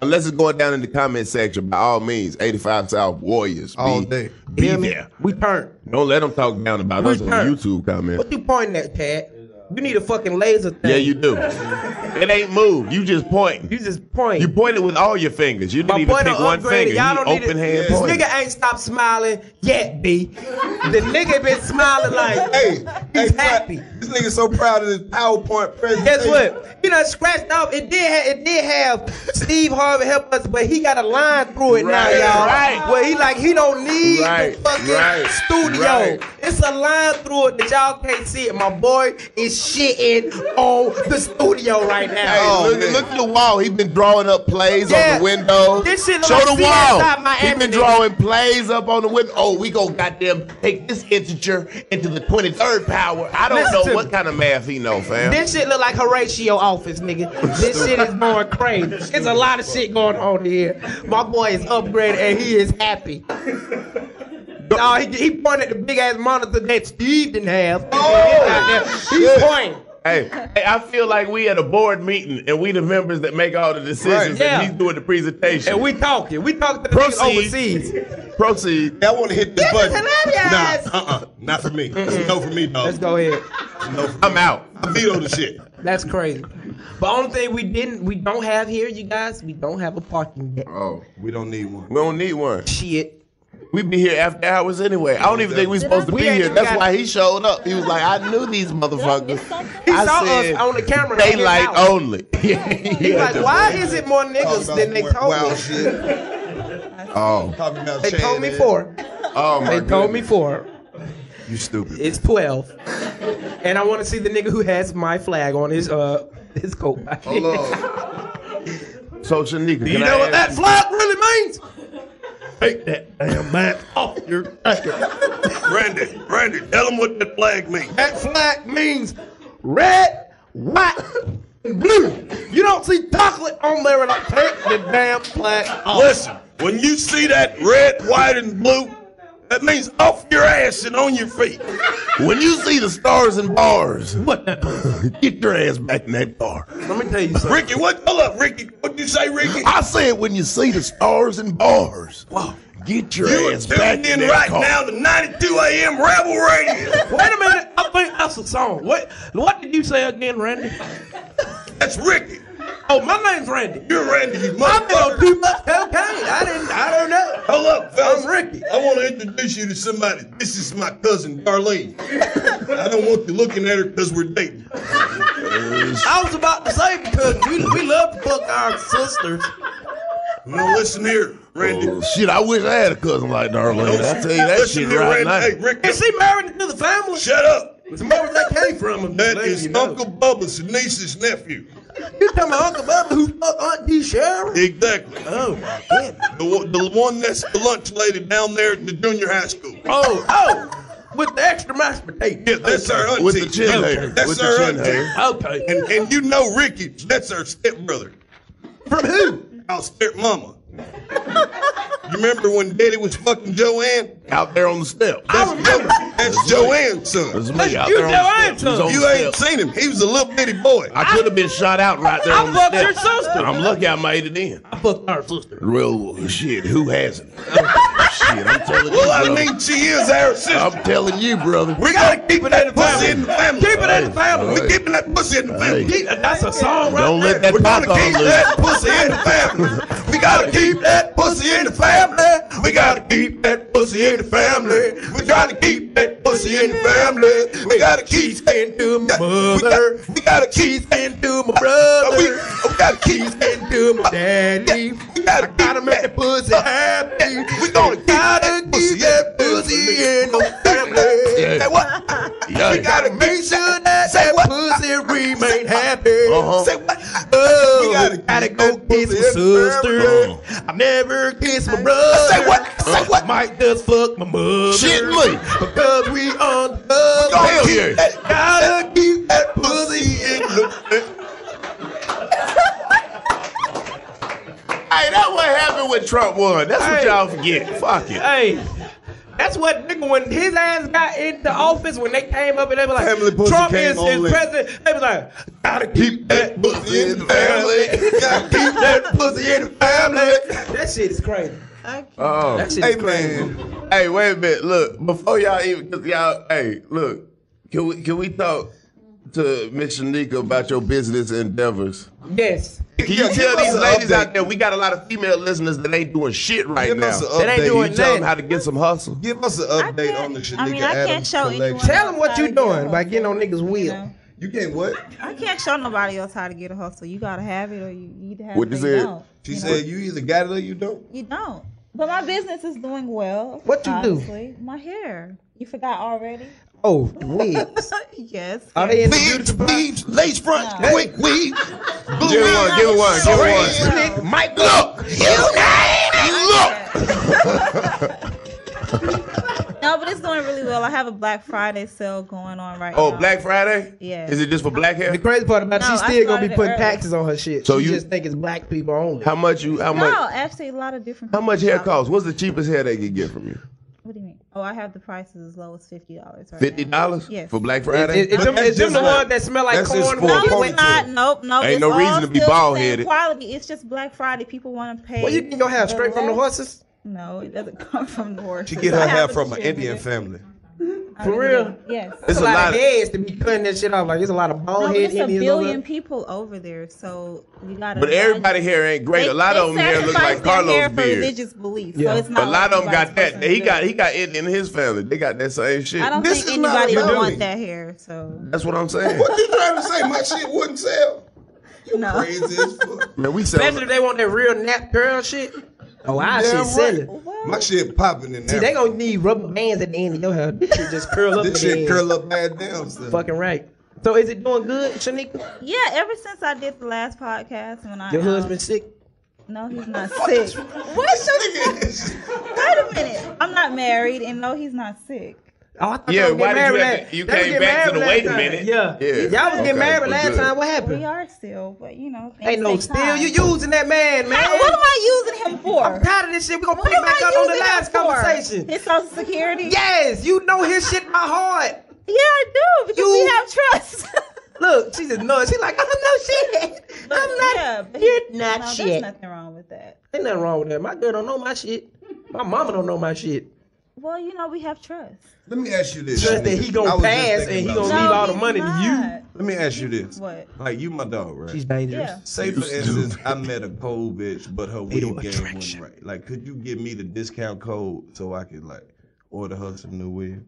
Speaker 5: Unless it's going down in the comment section, by all means, 85 South Warriors. All be, day. Be there.
Speaker 4: We turn.
Speaker 5: Don't let them talk down about
Speaker 4: We
Speaker 5: us on
Speaker 4: turn.
Speaker 5: YouTube comment.
Speaker 4: What you pointing at, Chad? You need a fucking laser thing.
Speaker 5: Yeah, you do. it ain't move. You just point. You
Speaker 4: just point.
Speaker 5: You point it with all your fingers. You didn't even
Speaker 4: point
Speaker 5: pick
Speaker 4: of
Speaker 5: one
Speaker 4: upgraded.
Speaker 5: finger.
Speaker 4: Y'all
Speaker 5: you
Speaker 4: don't need
Speaker 5: open
Speaker 4: to-
Speaker 5: hand
Speaker 4: This
Speaker 5: point.
Speaker 4: nigga ain't stopped smiling yet, B. The nigga been smiling like,
Speaker 8: hey,
Speaker 4: he's happy.
Speaker 8: This nigga so proud of his PowerPoint presentation.
Speaker 4: Guess what? You done scratched off. It did. Ha- it did have Steve Harvey help us, but he got a line through it
Speaker 5: Right,
Speaker 4: now, y'all.
Speaker 5: right.
Speaker 4: Where he like he don't need
Speaker 5: Right,
Speaker 4: the fucking
Speaker 5: right,
Speaker 4: studio.
Speaker 5: right.
Speaker 4: It's a line through it that y'all can't see it. My boy is shitting on the studio right now.
Speaker 5: Hey, look, look at the wall. He's been drawing up plays on
Speaker 4: Yeah.
Speaker 5: the window.
Speaker 4: This shit look
Speaker 5: Show
Speaker 4: like
Speaker 5: the
Speaker 4: CSI
Speaker 5: wall.
Speaker 4: Miami,
Speaker 5: He's been
Speaker 4: nigga.
Speaker 5: drawing plays up on the window. Oh, we go goddamn take this integer into the 23rd power. I don't
Speaker 4: Listen
Speaker 5: know
Speaker 4: to
Speaker 5: what
Speaker 4: me.
Speaker 5: kind of math he know, fam.
Speaker 4: This shit look like Horatio office, nigga. This shit is going crazy. There's a lot of shit going on here. My boy is upgraded and he is happy. Oh, he, he pointed the big ass monitor that Steve didn't have. (laughs) Oh, he
Speaker 5: shit.
Speaker 4: pointing.
Speaker 5: Hey, hey, I feel like we at a board meeting and we the members that make all the decisions
Speaker 4: Right.
Speaker 5: and he's doing the presentation.
Speaker 4: And we talking. We talking to the niggas
Speaker 5: Proceed.
Speaker 4: overseas.
Speaker 5: Proceed.
Speaker 8: I want to hit this
Speaker 4: This is
Speaker 8: button.
Speaker 4: hilarious.
Speaker 8: Nah, uh-uh. Not for me. It's no for me, dog. Let's
Speaker 4: go ahead.
Speaker 8: No,
Speaker 5: I'm out.
Speaker 8: I veto the shit.
Speaker 4: That's crazy. But only thing we didn't, we don't have here, you guys, we don't have a parking deck.
Speaker 5: Oh,
Speaker 8: we don't need one.
Speaker 5: We don't need one.
Speaker 4: Shit.
Speaker 5: We be here after hours anyway. I don't even think we supposed to
Speaker 4: We
Speaker 5: be
Speaker 4: ain't
Speaker 5: here.
Speaker 4: even
Speaker 5: That's
Speaker 4: got-
Speaker 5: why he showed up. He was like, I knew these motherfuckers.
Speaker 4: He
Speaker 5: I
Speaker 4: saw
Speaker 5: said,
Speaker 4: us on the camera.
Speaker 5: Daylight
Speaker 4: hanging out.
Speaker 5: only. (laughs)
Speaker 4: He like, why is it more
Speaker 8: Talking
Speaker 4: niggas
Speaker 8: about
Speaker 4: than they
Speaker 8: wild
Speaker 4: told me?
Speaker 8: shit.
Speaker 5: Oh.
Speaker 8: Talking about
Speaker 4: They
Speaker 8: Chad
Speaker 4: told me
Speaker 8: Ed.
Speaker 4: four.
Speaker 5: (laughs) Oh my
Speaker 4: They told me four.
Speaker 5: You stupid.
Speaker 4: It's twelve, and I want to see the nigga who has my flag on his uh his coat.
Speaker 5: Hello.
Speaker 4: (laughs)
Speaker 5: So Shanika,
Speaker 4: Do
Speaker 5: can
Speaker 4: you
Speaker 5: I
Speaker 4: know what that
Speaker 5: ask you-
Speaker 4: flag really means?
Speaker 3: Take that damn man off your jacket. Randy, Randy, tell him what that flag means.
Speaker 4: That flag means red, white, and blue. You don't see chocolate on there, and I take the damn flag off.
Speaker 3: Listen, when you see that red, white, and blue, that means off your ass and on your feet. When you see the stars and bars, what that means? (laughs) Get your ass back in that car.
Speaker 4: Let me tell you something.
Speaker 3: Ricky, what? Hold up, Ricky. What you say, Ricky? I said when you see the stars and bars. Get your
Speaker 4: You are
Speaker 3: ass
Speaker 4: tuned
Speaker 3: back in,
Speaker 4: in
Speaker 3: that
Speaker 4: right
Speaker 3: car.
Speaker 4: now to
Speaker 3: 92 a.m. Rebel Radio.
Speaker 4: Wait a minute, I think that's a song. What? What did you say again, Randy?
Speaker 3: That's Ricky.
Speaker 4: Oh, my name's Randy.
Speaker 3: You're Randy, you
Speaker 4: I've been on too much cocaine. I didn't. I don't know.
Speaker 3: Hold up, fellas.
Speaker 4: I'm Ricky.
Speaker 3: I want to introduce you to somebody. This is my cousin, Darlene. I don't want you looking at her because we're dating.
Speaker 4: I was about to say because we, we love to fuck our sisters.
Speaker 3: Now listen here, Randy.
Speaker 5: Shit, I wish I had a cousin like Darlene. I tell you that
Speaker 3: Listen
Speaker 5: shit
Speaker 3: here, Randy.
Speaker 5: right now.
Speaker 3: Hey, Rick.
Speaker 4: Is she married into the family?
Speaker 3: Shut up.
Speaker 4: Where was that came from?
Speaker 3: That is Uncle Bubba's niece's nephew.
Speaker 4: You tell my Uncle Bubba who uh, fucked Auntie Sharon?
Speaker 3: Exactly.
Speaker 4: Oh, my goodness.
Speaker 3: The, one- the one that's the lunch lady down there at the junior high school.
Speaker 4: Oh, oh. With the extra mashed potato.
Speaker 3: Yeah, that's our auntie.
Speaker 5: With the chin
Speaker 3: Okay.
Speaker 5: hair.
Speaker 3: That's
Speaker 5: With the
Speaker 3: our
Speaker 5: chin
Speaker 3: auntie.
Speaker 5: hair.
Speaker 4: Okay.
Speaker 3: And, and you know Ricky, that's our stepbrother.
Speaker 4: From who?
Speaker 3: Our stepmama. you remember when Daddy was fucking Joanne?
Speaker 5: Out there on the step.
Speaker 3: That's, Jo- that's Joanne's son.
Speaker 5: That's me out there on the step. He was on
Speaker 3: You
Speaker 5: the
Speaker 3: ain't
Speaker 5: step.
Speaker 3: seen him. He was a little bitty boy.
Speaker 5: I could have been shot out right there
Speaker 3: I
Speaker 5: on the
Speaker 3: fucked
Speaker 5: step.
Speaker 3: your sister.
Speaker 5: I'm lucky I made it in.
Speaker 4: I fucked our sister.
Speaker 5: Well, shit, who hasn't? shit, I'm telling you.
Speaker 3: Well, I
Speaker 5: brother.
Speaker 3: mean, she is our sister.
Speaker 5: I'm telling you, brother.
Speaker 3: we gotta keep
Speaker 4: it in the
Speaker 3: pussy
Speaker 4: family.
Speaker 3: in the family.
Speaker 4: Keep it in the family.
Speaker 3: We keeping that pussy in the family.
Speaker 4: Keep- That's a song right
Speaker 5: Don't
Speaker 4: there.
Speaker 5: let that
Speaker 3: We're gonna
Speaker 5: pop on
Speaker 3: keep
Speaker 5: loose.
Speaker 3: that pussy in the family. We gotta keep that pussy in the family. We gotta keep that pussy in the family. We gotta keep that pussy
Speaker 8: pussy in the family. We got a key stand to my mother. We got a key stand to my brother. We, we got a key stand to my daddy. We got to gotta make the pussy happy. We gonna gotta keep that pussy in the family.
Speaker 14: Yeah.
Speaker 8: Say what? We gotta make sure that that (laughs) pussy remain happy. Say what? Oh, we gotta, gotta go kiss my sister. I never kiss my brother. Uh-huh. Say what? Say what? Mike does fuck my mother. Shit me. Because we on the go hell here. Gotta keep that pussy in the.
Speaker 5: Hey, that what happened when Trump won. That's what y'all forget. Fuck it.
Speaker 4: Hey. That's what nigga when his ass got into office when they came up and they were like Trump
Speaker 8: came
Speaker 4: is, is
Speaker 8: only.
Speaker 4: president. They was like,
Speaker 8: Gotta keep that pussy in the family. Gotta keep
Speaker 4: (laughs)
Speaker 8: that pussy in the family.
Speaker 4: That shit is crazy.
Speaker 5: Oh,
Speaker 4: That shit
Speaker 5: hey
Speaker 4: is crazy.
Speaker 5: man, hey, wait a minute. Look, before y'all even, cause y'all, hey, look, can we can we talk to Miss Shanika about your business endeavors?
Speaker 4: Yes.
Speaker 5: Can you
Speaker 4: Yeah, give
Speaker 5: tell
Speaker 4: us
Speaker 5: these
Speaker 4: an
Speaker 5: ladies
Speaker 4: update.
Speaker 5: out there we got a lot of female listeners that ain't doing shit right
Speaker 4: Give
Speaker 5: now?
Speaker 4: us an
Speaker 5: that ain't
Speaker 4: update.
Speaker 5: doing
Speaker 4: You tell
Speaker 5: nothing. Tell
Speaker 4: them
Speaker 5: them
Speaker 4: how
Speaker 5: how to get some hustle.
Speaker 8: Give us an update on the Shanika
Speaker 13: I mean, I can't
Speaker 8: Adams
Speaker 13: show
Speaker 8: collection.
Speaker 13: anyone
Speaker 4: Tell them what you doing by getting on niggas' wheel.
Speaker 8: You can't what?
Speaker 13: I can't show nobody else how to get a hustle. You gotta have it, or you either have
Speaker 8: What
Speaker 13: it.
Speaker 8: is
Speaker 13: Or you
Speaker 8: it?
Speaker 13: don't.
Speaker 8: She
Speaker 13: you know?
Speaker 8: said you either got it or you don't.
Speaker 13: You don't. But my business is doing well.
Speaker 4: What you do?
Speaker 13: do? My hair. You forgot already?
Speaker 4: Oh, wig.
Speaker 13: (laughs) yes.
Speaker 4: Are they in the
Speaker 13: Wigs,
Speaker 4: beauty supply?
Speaker 8: lace front, quick weave.
Speaker 5: Give it one, give it one, give it
Speaker 4: one. Mike,
Speaker 5: look, you name it. Look.
Speaker 13: (laughs) No, but it's going really well. I have a Black Friday sale going on right
Speaker 5: Oh,
Speaker 13: now.
Speaker 5: Black Friday?
Speaker 13: Yeah.
Speaker 5: Is it just for black hair? The
Speaker 4: crazy part about
Speaker 13: No,
Speaker 4: she's
Speaker 13: I
Speaker 4: still gonna
Speaker 13: started
Speaker 4: be
Speaker 13: it
Speaker 4: putting
Speaker 13: early.
Speaker 4: taxes on her shit.
Speaker 5: So
Speaker 4: she
Speaker 5: you-
Speaker 4: just think it's black people only.
Speaker 5: How much you? How
Speaker 13: No,
Speaker 5: much?
Speaker 13: actually, a lot of different.
Speaker 5: How much hair
Speaker 13: people.
Speaker 5: costs? What's the cheapest hair they can get from you?
Speaker 13: What do you mean? Oh, I have the prices as low as fifty dollars. Right
Speaker 5: Fifty
Speaker 13: now.
Speaker 5: dollars
Speaker 13: Yes.
Speaker 5: for Black Friday.
Speaker 4: Is- is them- is them the ones that smell like
Speaker 5: That's just
Speaker 4: corn
Speaker 5: for a
Speaker 13: No, it's
Speaker 5: ponytail.
Speaker 13: not. Nope, nope.
Speaker 5: Ain't
Speaker 13: it's
Speaker 5: no
Speaker 13: all
Speaker 5: reason to be
Speaker 13: still the same
Speaker 5: bald-headed.
Speaker 13: Quality. It's just Black Friday. People want to pay.
Speaker 4: Well, you can go hair
Speaker 13: the
Speaker 4: straight from the
Speaker 13: less.
Speaker 4: horses.
Speaker 13: No, it doesn't (laughs) come from the horses.
Speaker 8: She get her
Speaker 13: I
Speaker 8: hair
Speaker 13: have
Speaker 8: from an
Speaker 13: legitimate-
Speaker 8: Indian family.
Speaker 4: For real?
Speaker 13: Yes.
Speaker 4: It's a lot of heads to be cutting that shit off. Like it's a lot of
Speaker 13: No, but
Speaker 4: bald head
Speaker 13: it's a
Speaker 4: Indians.
Speaker 13: billion
Speaker 4: over
Speaker 13: people over there, so you gotta.
Speaker 5: But everybody hair ain't great. a lot
Speaker 13: they
Speaker 5: of them hair look like
Speaker 13: sacrifice their hair
Speaker 5: Carlos
Speaker 13: for
Speaker 5: beard.
Speaker 13: religious belief,
Speaker 5: Yeah.
Speaker 13: so it's not.
Speaker 5: a lot
Speaker 13: like
Speaker 5: of them got
Speaker 13: everybody's
Speaker 5: that. He
Speaker 13: personal
Speaker 5: got he got it in his family. They got that same shit.
Speaker 13: I don't
Speaker 5: This
Speaker 13: think
Speaker 5: is not
Speaker 13: anybody would
Speaker 5: about
Speaker 13: want
Speaker 5: me.
Speaker 13: that hair. So
Speaker 5: That's what I'm saying.
Speaker 8: What you trying to say? My shit wouldn't sell.
Speaker 13: You no.
Speaker 8: crazy
Speaker 4: (laughs)
Speaker 8: as fuck.
Speaker 5: Man, we
Speaker 4: Especially if they want that real nap girl shit. Oh, I
Speaker 8: Damn
Speaker 4: shit
Speaker 8: right.
Speaker 4: selling.
Speaker 8: My shit popping in
Speaker 4: See,
Speaker 8: there.
Speaker 4: they gonna need rubber bands at the end of your hair. This shit just curl up.
Speaker 8: This
Speaker 4: at the
Speaker 8: shit
Speaker 4: end.
Speaker 8: curl up bad damn stuff.
Speaker 4: Fucking right. So is it doing good, Shanika?
Speaker 13: yeah, ever since I did the last podcast, when I
Speaker 4: Your
Speaker 13: um,
Speaker 4: husband sick?
Speaker 13: No, he's not sick. What's Wait a minute. I'm not married, and no, he's not sick.
Speaker 4: Oh, I thought
Speaker 5: Yeah,
Speaker 4: y'all was getting
Speaker 5: why did you
Speaker 4: married
Speaker 5: have
Speaker 4: last-
Speaker 5: to- you
Speaker 4: y'all was
Speaker 5: came
Speaker 4: getting
Speaker 5: back to
Speaker 4: married
Speaker 5: the wait
Speaker 4: last
Speaker 5: a
Speaker 4: time.
Speaker 5: minute.
Speaker 4: Yeah.
Speaker 5: Yeah.
Speaker 4: Y'all was
Speaker 5: Okay,
Speaker 4: getting married
Speaker 5: we're
Speaker 4: last
Speaker 5: good.
Speaker 4: time. What happened?
Speaker 13: We are still, but you know, things
Speaker 4: Ain't no
Speaker 13: take
Speaker 4: still. You
Speaker 13: time.
Speaker 4: using that man, man.
Speaker 13: How- what am I using him for?
Speaker 4: I'm tired of this shit. We gonna put
Speaker 13: What
Speaker 4: it
Speaker 13: am
Speaker 4: back
Speaker 13: I
Speaker 4: up on the
Speaker 13: using him
Speaker 4: last
Speaker 13: for?
Speaker 4: conversation.
Speaker 13: His social security.
Speaker 4: Yes, you know his shit by heart.
Speaker 13: Yeah, I do because
Speaker 4: You-
Speaker 13: we have trust. (laughs)
Speaker 4: Look, she's a nut. She's like, I don't know shit. I'm not. you're not
Speaker 13: no,
Speaker 4: shit.
Speaker 13: There's nothing wrong with that.
Speaker 4: Ain't nothing wrong with that. My girl don't know my shit. My mama don't know my shit.
Speaker 13: Well, you know, we have trust.
Speaker 8: Let me ask you this.
Speaker 4: Trust that he gonna
Speaker 8: I was just
Speaker 4: pass
Speaker 8: thinking
Speaker 4: and he
Speaker 8: about
Speaker 4: gonna
Speaker 8: this.
Speaker 4: leave all the money to you.
Speaker 8: Let me ask you this.
Speaker 13: What?
Speaker 8: Like you, my dog, right?
Speaker 4: She's dangerous. Yeah.
Speaker 8: Say for instance, I met a cold bitch, but her weed game wasn't right. Like, could you give me the discount code so I could like order her some new weed?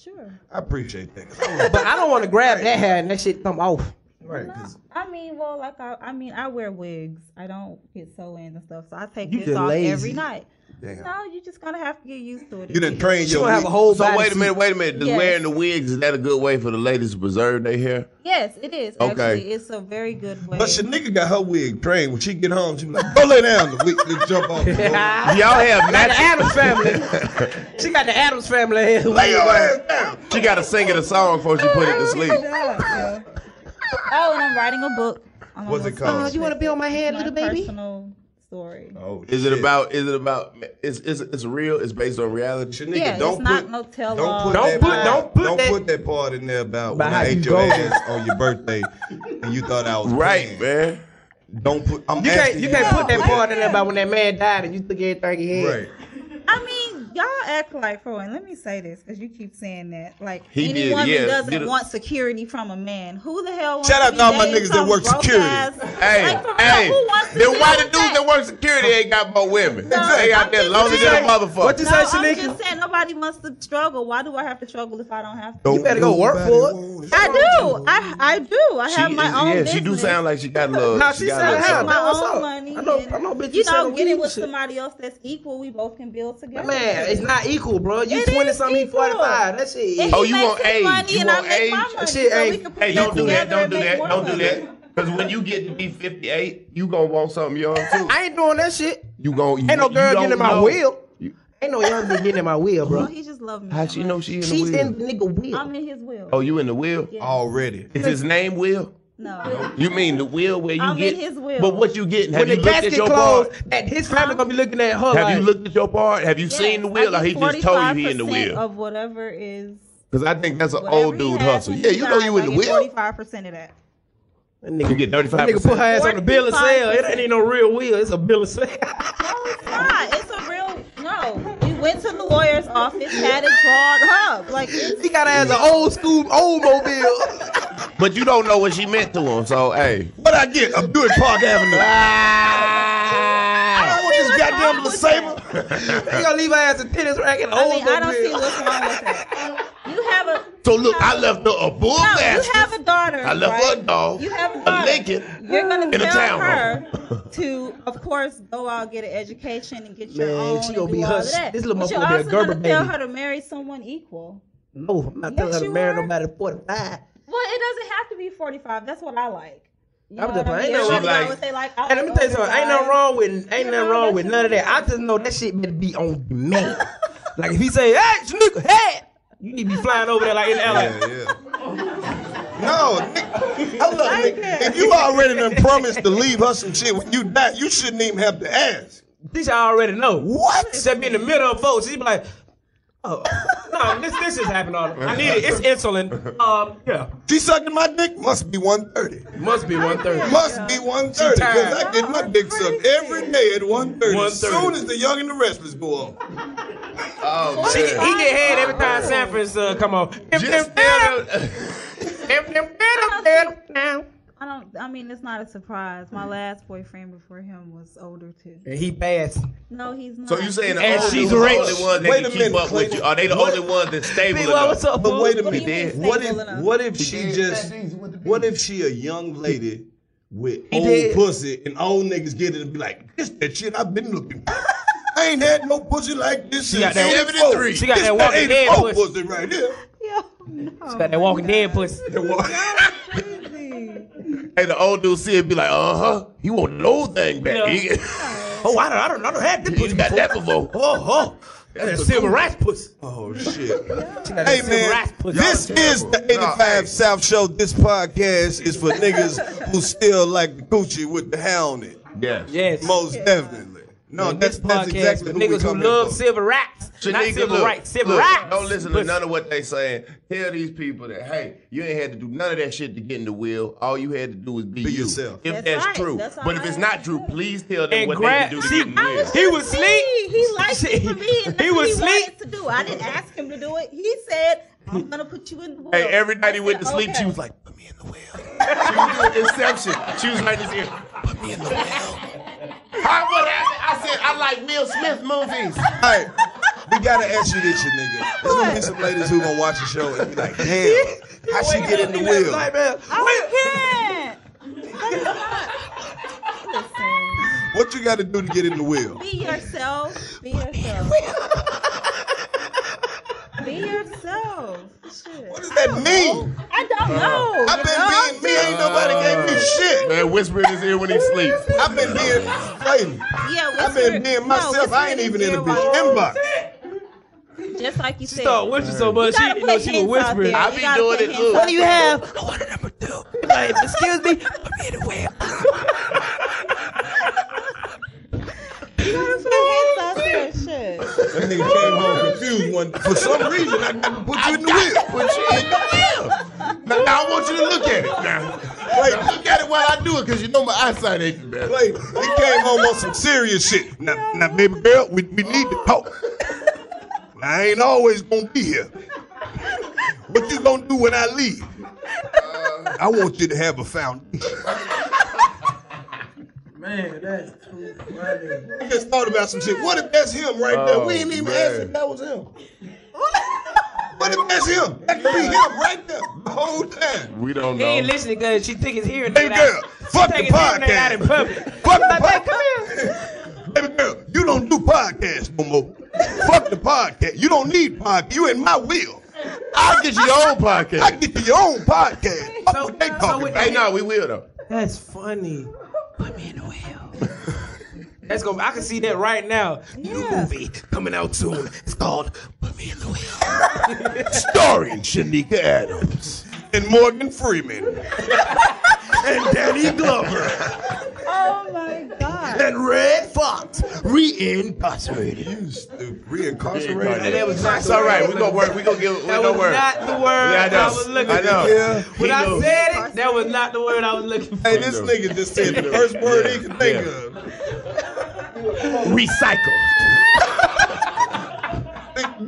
Speaker 13: Sure.
Speaker 8: I appreciate that. 'cause
Speaker 4: But I don't want to grab that hair and that shit come off.
Speaker 8: Right.
Speaker 13: I mean, well, like I, I mean, I wear wigs. I don't get sew ins and stuff, so I take
Speaker 8: You
Speaker 13: this
Speaker 8: just
Speaker 13: off
Speaker 8: lazy.
Speaker 13: every night.
Speaker 5: Damn.
Speaker 13: No, you just gonna have to get used to it.
Speaker 5: You
Speaker 13: didn't
Speaker 5: didn't train your.
Speaker 4: gonna have
Speaker 5: wig.
Speaker 4: a whole
Speaker 5: So wait a
Speaker 4: bodysuit.
Speaker 5: minute, wait a minute. Does
Speaker 13: Yes.
Speaker 5: wearing the wigs is that a good way for the ladies to preserve their hair?
Speaker 13: Yes, it is.
Speaker 5: Okay.
Speaker 13: Actually, it's a very good way.
Speaker 8: But Shanika got her wig trained. When she get home, she be like, "Go lay down." The wig to jump off.
Speaker 4: (laughs)
Speaker 8: The
Speaker 4: Y'all
Speaker 5: have
Speaker 4: Like the
Speaker 5: matching-
Speaker 4: Adams family. she got the Adams family hair.
Speaker 5: Lay your ass down. She got to sing it a song before she put it to sleep.
Speaker 13: Yeah. Oh, and I'm writing a book. I'm
Speaker 5: What's it
Speaker 13: almost
Speaker 5: called?
Speaker 13: done.
Speaker 5: Oh, you
Speaker 4: wanna be on my head,
Speaker 13: It's
Speaker 4: little baby?
Speaker 13: Personal story.
Speaker 8: Oh,
Speaker 5: Is it about? Is it about? It's it's it's real. It's based on reality.
Speaker 13: yeah, it's not no tell
Speaker 8: Don't put, that part, don't put that part in there about
Speaker 5: About
Speaker 8: when I
Speaker 5: how you
Speaker 8: ate your
Speaker 5: go.
Speaker 8: ass on your birthday and you thought I was
Speaker 5: Right, man.
Speaker 8: Don't put. I'm
Speaker 4: You can't,
Speaker 8: asking
Speaker 4: you can't put that
Speaker 8: don't
Speaker 4: part in there about when that man died and you took everything he
Speaker 8: put-
Speaker 4: had.
Speaker 8: Right.
Speaker 13: I mean, y'all act like for one. Let me say this because you keep saying that. Like
Speaker 3: He
Speaker 13: any
Speaker 3: did,
Speaker 13: woman
Speaker 3: yeah, did
Speaker 13: doesn't
Speaker 3: it.
Speaker 13: want security from a man. Who the hell? Wants
Speaker 3: Shout out
Speaker 13: to
Speaker 3: to all my
Speaker 13: dating
Speaker 3: niggas that
Speaker 13: some
Speaker 3: work
Speaker 13: broke
Speaker 3: security.
Speaker 13: ass-
Speaker 5: Hey,
Speaker 13: Like, for real,
Speaker 5: hey,
Speaker 13: who wants to
Speaker 5: then
Speaker 13: be
Speaker 5: why
Speaker 13: on
Speaker 5: the dudes that work security ain't got more women? they out there lonely than a motherfucker.
Speaker 13: no, I'm just saying nobody wants to struggle. Why do I have to struggle if I don't have to?
Speaker 5: Don't You better go work nobody for it.
Speaker 13: I do. I I do. I have my own
Speaker 5: yeah,
Speaker 13: business.
Speaker 5: she do sound like
Speaker 13: (laughs)
Speaker 5: she got love.
Speaker 13: Nah,
Speaker 4: she
Speaker 5: got
Speaker 4: sound
Speaker 5: love.
Speaker 4: happy.
Speaker 5: something.
Speaker 13: my
Speaker 4: What's
Speaker 13: own
Speaker 4: up?
Speaker 13: money.
Speaker 4: I know-
Speaker 13: and,
Speaker 4: I know bitches
Speaker 13: You
Speaker 4: that
Speaker 13: know,
Speaker 4: don't
Speaker 13: get
Speaker 4: give
Speaker 13: it
Speaker 4: a
Speaker 13: with
Speaker 4: shit.
Speaker 13: somebody else that's equal. We both can build together.
Speaker 4: Man, it's not equal, bro. You
Speaker 13: It is
Speaker 4: 20 something, he
Speaker 13: equal.
Speaker 4: 45. That shit.
Speaker 13: If
Speaker 5: Oh, you want age?
Speaker 13: money
Speaker 5: You
Speaker 13: and I
Speaker 5: want
Speaker 13: make
Speaker 5: age?
Speaker 13: my money,
Speaker 5: Shit,
Speaker 13: so we
Speaker 5: hey,
Speaker 13: can put
Speaker 5: hey,
Speaker 13: that
Speaker 5: don't do that.
Speaker 13: together
Speaker 5: Don't
Speaker 13: and
Speaker 5: do
Speaker 13: make
Speaker 5: that.
Speaker 13: more
Speaker 5: Don't do
Speaker 13: money.
Speaker 5: that. Because when you get to be 58, you gonna want something young too.
Speaker 4: I ain't doing that shit.
Speaker 5: You gonna you,
Speaker 4: Ain't no
Speaker 5: you
Speaker 4: girl getting
Speaker 5: don't
Speaker 4: in my
Speaker 5: know.
Speaker 4: wheel. Ain't no young bitch getting in my wheel, bro.
Speaker 13: He just love me.
Speaker 5: How she know she in
Speaker 4: She's
Speaker 5: the wheel?
Speaker 4: in the nigga wheel.
Speaker 13: I'm in his will.
Speaker 5: oh, you in the wheel already? Is his name Will?
Speaker 13: No.
Speaker 5: You mean the wheel where you
Speaker 13: I'm
Speaker 5: get?
Speaker 13: in his will.
Speaker 5: But what you getting? Have
Speaker 4: when
Speaker 5: you
Speaker 4: the
Speaker 5: looked at
Speaker 4: casket
Speaker 5: your
Speaker 4: closed,
Speaker 5: part?
Speaker 4: that his family gonna be looking at her.
Speaker 5: Have
Speaker 4: like,
Speaker 5: you looked at your part? Have you seen the wheel? Or he just told you he in the
Speaker 13: 45%
Speaker 5: wheel?
Speaker 13: Of whatever is.
Speaker 5: Because I think that's an old dude hustle. Yeah, you know you in the wheel.
Speaker 13: Forty-five percent of that.
Speaker 5: You get thirty
Speaker 4: That
Speaker 5: five
Speaker 4: nigga put her ass on the bill of sale. It
Speaker 13: 45%.
Speaker 4: ain't even no real wheel. It's a bill of sale.
Speaker 13: Nah, it's a real no. We went to the lawyer's office, had it drawn up. Like it's,
Speaker 4: he got as an old school old mobile.
Speaker 5: (laughs) But you don't know what she meant to him, so hey. Ah,
Speaker 3: What I get? I'm doing Park Avenue.
Speaker 5: (laughs) I
Speaker 4: don't want this goddamn Saber. They gonna
Speaker 5: so
Speaker 4: leave her ass a tennis racket.
Speaker 13: I
Speaker 4: Old
Speaker 13: mean, I don't
Speaker 4: mobile.
Speaker 13: see what's wrong with that. You have a
Speaker 5: Oh, look, I left her a bull
Speaker 13: no,
Speaker 5: basket.
Speaker 13: you have a daughter.
Speaker 5: I left
Speaker 13: right?
Speaker 5: her a dog,
Speaker 13: You have a
Speaker 5: a
Speaker 13: daughter.
Speaker 5: Lincoln,
Speaker 13: You're gonna
Speaker 5: in a
Speaker 13: tell
Speaker 5: town
Speaker 13: her
Speaker 5: (laughs)
Speaker 13: to, of course, go out get an education and get your
Speaker 4: Man,
Speaker 13: own.
Speaker 4: she
Speaker 13: and
Speaker 4: gonna
Speaker 13: do
Speaker 4: be
Speaker 13: all
Speaker 4: her-
Speaker 13: of that.
Speaker 4: this little
Speaker 13: But
Speaker 4: motherfucker
Speaker 13: you're
Speaker 4: gonna be a
Speaker 13: also gonna
Speaker 4: Gerber
Speaker 13: tell
Speaker 4: baby.
Speaker 13: her to marry someone equal.
Speaker 4: No, I'm not telling her to
Speaker 13: you
Speaker 4: marry
Speaker 13: are.
Speaker 4: nobody 45.
Speaker 13: Well, it doesn't have to be 45. That's what I like. You
Speaker 4: I'm
Speaker 13: know
Speaker 4: just
Speaker 13: what
Speaker 4: playing.
Speaker 13: I mean?
Speaker 4: Ain't
Speaker 13: Everybody
Speaker 4: no
Speaker 13: got
Speaker 4: like-
Speaker 13: what they like. I
Speaker 4: And let
Speaker 13: like
Speaker 4: me tell you
Speaker 13: older
Speaker 4: something. Ain't nothing
Speaker 13: guys.
Speaker 4: wrong with ain't nothing wrong with none of that. I just know that shit better be on demand. like if he say, "Hey, sneaker, hey," you need to be flying over there like in LA.
Speaker 3: No, nigga. I love it. If
Speaker 4: (laughs)
Speaker 3: you already done promised to leave her some shit when you die, you shouldn't even have to ask.
Speaker 4: This I already know. What? Except be in the middle of folks. She be like, "Oh, no, this this is happening all. I need it. It's insulin. Um, yeah."
Speaker 3: She sucking my dick. Must be one thirty.
Speaker 4: Must be one thirty.
Speaker 3: Must be one thirty. Cause I get my dick sucked every day at one thirty. As
Speaker 4: 1:30.
Speaker 3: soon as the young and the restless go on.
Speaker 5: (laughs) Oh,
Speaker 4: She, get- he get head every time San Francisco come on.
Speaker 13: I don't. I mean, it's not a surprise. My last boyfriend before him was older too.
Speaker 4: And he passed.
Speaker 13: No, he's not.
Speaker 5: So you saying the
Speaker 4: And
Speaker 5: only,
Speaker 4: she's
Speaker 5: the
Speaker 4: rich.
Speaker 5: only ones that
Speaker 4: Wait
Speaker 5: can
Speaker 4: a
Speaker 5: keep
Speaker 4: minute,
Speaker 5: up with
Speaker 4: Clayton.
Speaker 5: you? Are they the
Speaker 4: What-
Speaker 5: only ones that's stable
Speaker 4: Big
Speaker 5: enough?
Speaker 4: Boy, what's up,
Speaker 5: But
Speaker 4: fool?
Speaker 5: wait a
Speaker 4: What do you
Speaker 5: minute.
Speaker 4: mean stable
Speaker 3: What if
Speaker 4: enough?
Speaker 3: what if
Speaker 4: He
Speaker 3: she
Speaker 4: did.
Speaker 3: just what if she a young lady with
Speaker 4: He
Speaker 3: old
Speaker 4: did.
Speaker 3: pussy and old niggas get it and be like, this that shit I've been looking for. I ain't had no pussy like this
Speaker 4: She
Speaker 3: since
Speaker 4: got that-
Speaker 3: 73.
Speaker 4: she got
Speaker 3: This
Speaker 4: that
Speaker 3: the
Speaker 4: Walking Dead
Speaker 3: 84
Speaker 4: pussy.
Speaker 3: pussy right here.
Speaker 5: It's
Speaker 4: got that Walking Dead
Speaker 5: (laughs)
Speaker 4: pussy.
Speaker 5: Hey, the old dude see it be like, uh huh. You want no thing back?
Speaker 4: Yeah. (laughs) oh, I don't, I don't, I don't have this pussy. You got
Speaker 5: that before.
Speaker 3: (laughs)
Speaker 4: Oh, oh, that's a silver rice pussy.
Speaker 3: Oh shit.
Speaker 4: Hey
Speaker 3: Hey man, this is the 85 South Show. This podcast is for niggas
Speaker 4: (laughs)
Speaker 3: who still like the coochie with the hound on it.
Speaker 5: Yes.
Speaker 4: Yes.
Speaker 3: Most definitely. No, that's, that's exactly
Speaker 4: for
Speaker 3: who we
Speaker 4: niggas who
Speaker 3: come here
Speaker 4: love
Speaker 3: for.
Speaker 4: civil rights, not
Speaker 5: Shanika,
Speaker 4: civil
Speaker 5: look,
Speaker 4: rights, civil
Speaker 5: look,
Speaker 4: rights.
Speaker 5: Don't listen to none of what they saying. Tell these people that hey, you ain't had to do none of that shit to get in the wheel. All you had to do was be, you. yourself. If that's,
Speaker 13: That's right.
Speaker 5: true,
Speaker 13: That's all
Speaker 5: but if
Speaker 13: I
Speaker 5: it's
Speaker 13: had
Speaker 5: not true, please tell them
Speaker 4: And
Speaker 5: what
Speaker 4: grab-
Speaker 5: they can do to
Speaker 4: see,
Speaker 5: get in the
Speaker 4: I
Speaker 5: wheel.
Speaker 4: was He was
Speaker 13: Me, He liked it
Speaker 3: (laughs)
Speaker 13: for me. And that's what he wanted to do. I didn't ask him to do it. He said, "I'm gonna put you in the wheel."
Speaker 5: Hey, every night he went to
Speaker 13: I said,
Speaker 5: sleep, she
Speaker 13: "Okay."
Speaker 5: was like, "Put me in the wheel." (laughs) She was doing Inception. She was like this here. Put me in the wheel. I, what I, I said I like Will Smith
Speaker 3: (laughs)
Speaker 5: movies.
Speaker 3: Hey, we gotta ask you this, you nigga. There's gonna be some ladies who gonna watch the show and be like, damn, how she get in the wheel? Oh,
Speaker 4: Oh,
Speaker 13: I can't. Listen.
Speaker 3: What you gotta do to get in the wheel?
Speaker 13: Be yourself. Be
Speaker 3: (laughs)
Speaker 13: yourself. Be yourself. Shit. What
Speaker 3: does that mean? Uh,
Speaker 13: I don't know.
Speaker 3: I've been being me, ain't nobody gave me shit.
Speaker 5: Uh, Man, whisper in his ear when he sleeps.
Speaker 3: I've been being lady.
Speaker 13: Yeah,
Speaker 3: I've
Speaker 13: what's
Speaker 3: been
Speaker 13: your-
Speaker 3: being
Speaker 13: no,
Speaker 3: myself.
Speaker 13: what's
Speaker 3: I ain't
Speaker 13: your
Speaker 3: even in a
Speaker 13: zero?
Speaker 3: bitch inbox.
Speaker 13: Just like you said.
Speaker 4: started whispering so much,
Speaker 13: You gotta put
Speaker 4: she didn't know she was
Speaker 13: hints out
Speaker 4: whispering.
Speaker 13: there.
Speaker 4: I
Speaker 13: You
Speaker 4: be
Speaker 13: gotta
Speaker 4: doing
Speaker 13: put
Speaker 4: it,
Speaker 13: hints
Speaker 4: look.
Speaker 13: out
Speaker 4: What do you
Speaker 13: there.
Speaker 4: have? (laughs) I want a number two. Like, excuse me.
Speaker 13: You gotta put hints out there. Shit.
Speaker 3: That nigga came home confused one For some reason, I got to put you in the wheel.
Speaker 5: Put you in the wheel. Now, now I want you to look at it. Now, Now, look at it while I do it, cause you know my eyesight ain't the best.
Speaker 3: Wait, he came home on some serious shit. Now, now baby girl, we, we need to talk. I ain't always gonna be here. What you gonna do when I leave? I want you to have a foundation.
Speaker 15: Man, that's too funny.
Speaker 3: I just thought about some shit. What if that's him right there? We ain't even
Speaker 15: man.
Speaker 3: asked if that was him. what if that's him? That could be him right there the whole time.
Speaker 5: We don't
Speaker 4: He ain't
Speaker 5: know.
Speaker 4: listening because she think it's here.
Speaker 3: Baby girl, fuck the podcast.
Speaker 4: Out in public.
Speaker 3: Fuck the podcast. (laughs) Baby girl, you don't do podcasts no more. Fuck the podcast. You don't need podcast. You in my will. I'll get you your own podcast. I get you your own podcast. Fuck what they talking about.
Speaker 5: Hey, no, we will though.
Speaker 4: That's funny. Put me in the wheel. (laughs) That's gonna. I can see that right now. New movie coming out soon. It's called
Speaker 3: Starring Shanika Adams and Morgan Freeman (laughs) and Danny Glover
Speaker 13: Oh my god.
Speaker 3: and Red Fox reincarcerated. You stupid reincarcerated.
Speaker 5: And that was not It's the all right. word. We gonna work. We gonna give- we
Speaker 4: That
Speaker 5: gonna
Speaker 4: was
Speaker 5: work.
Speaker 4: not the word
Speaker 5: Yeah, I know.
Speaker 4: I was looking
Speaker 5: I know.
Speaker 4: for.
Speaker 5: Yeah.
Speaker 4: When I
Speaker 5: He knows.
Speaker 4: said it, that was not the word I was looking for.
Speaker 3: Hey, this nigga just said the first word he could think of. Recycled.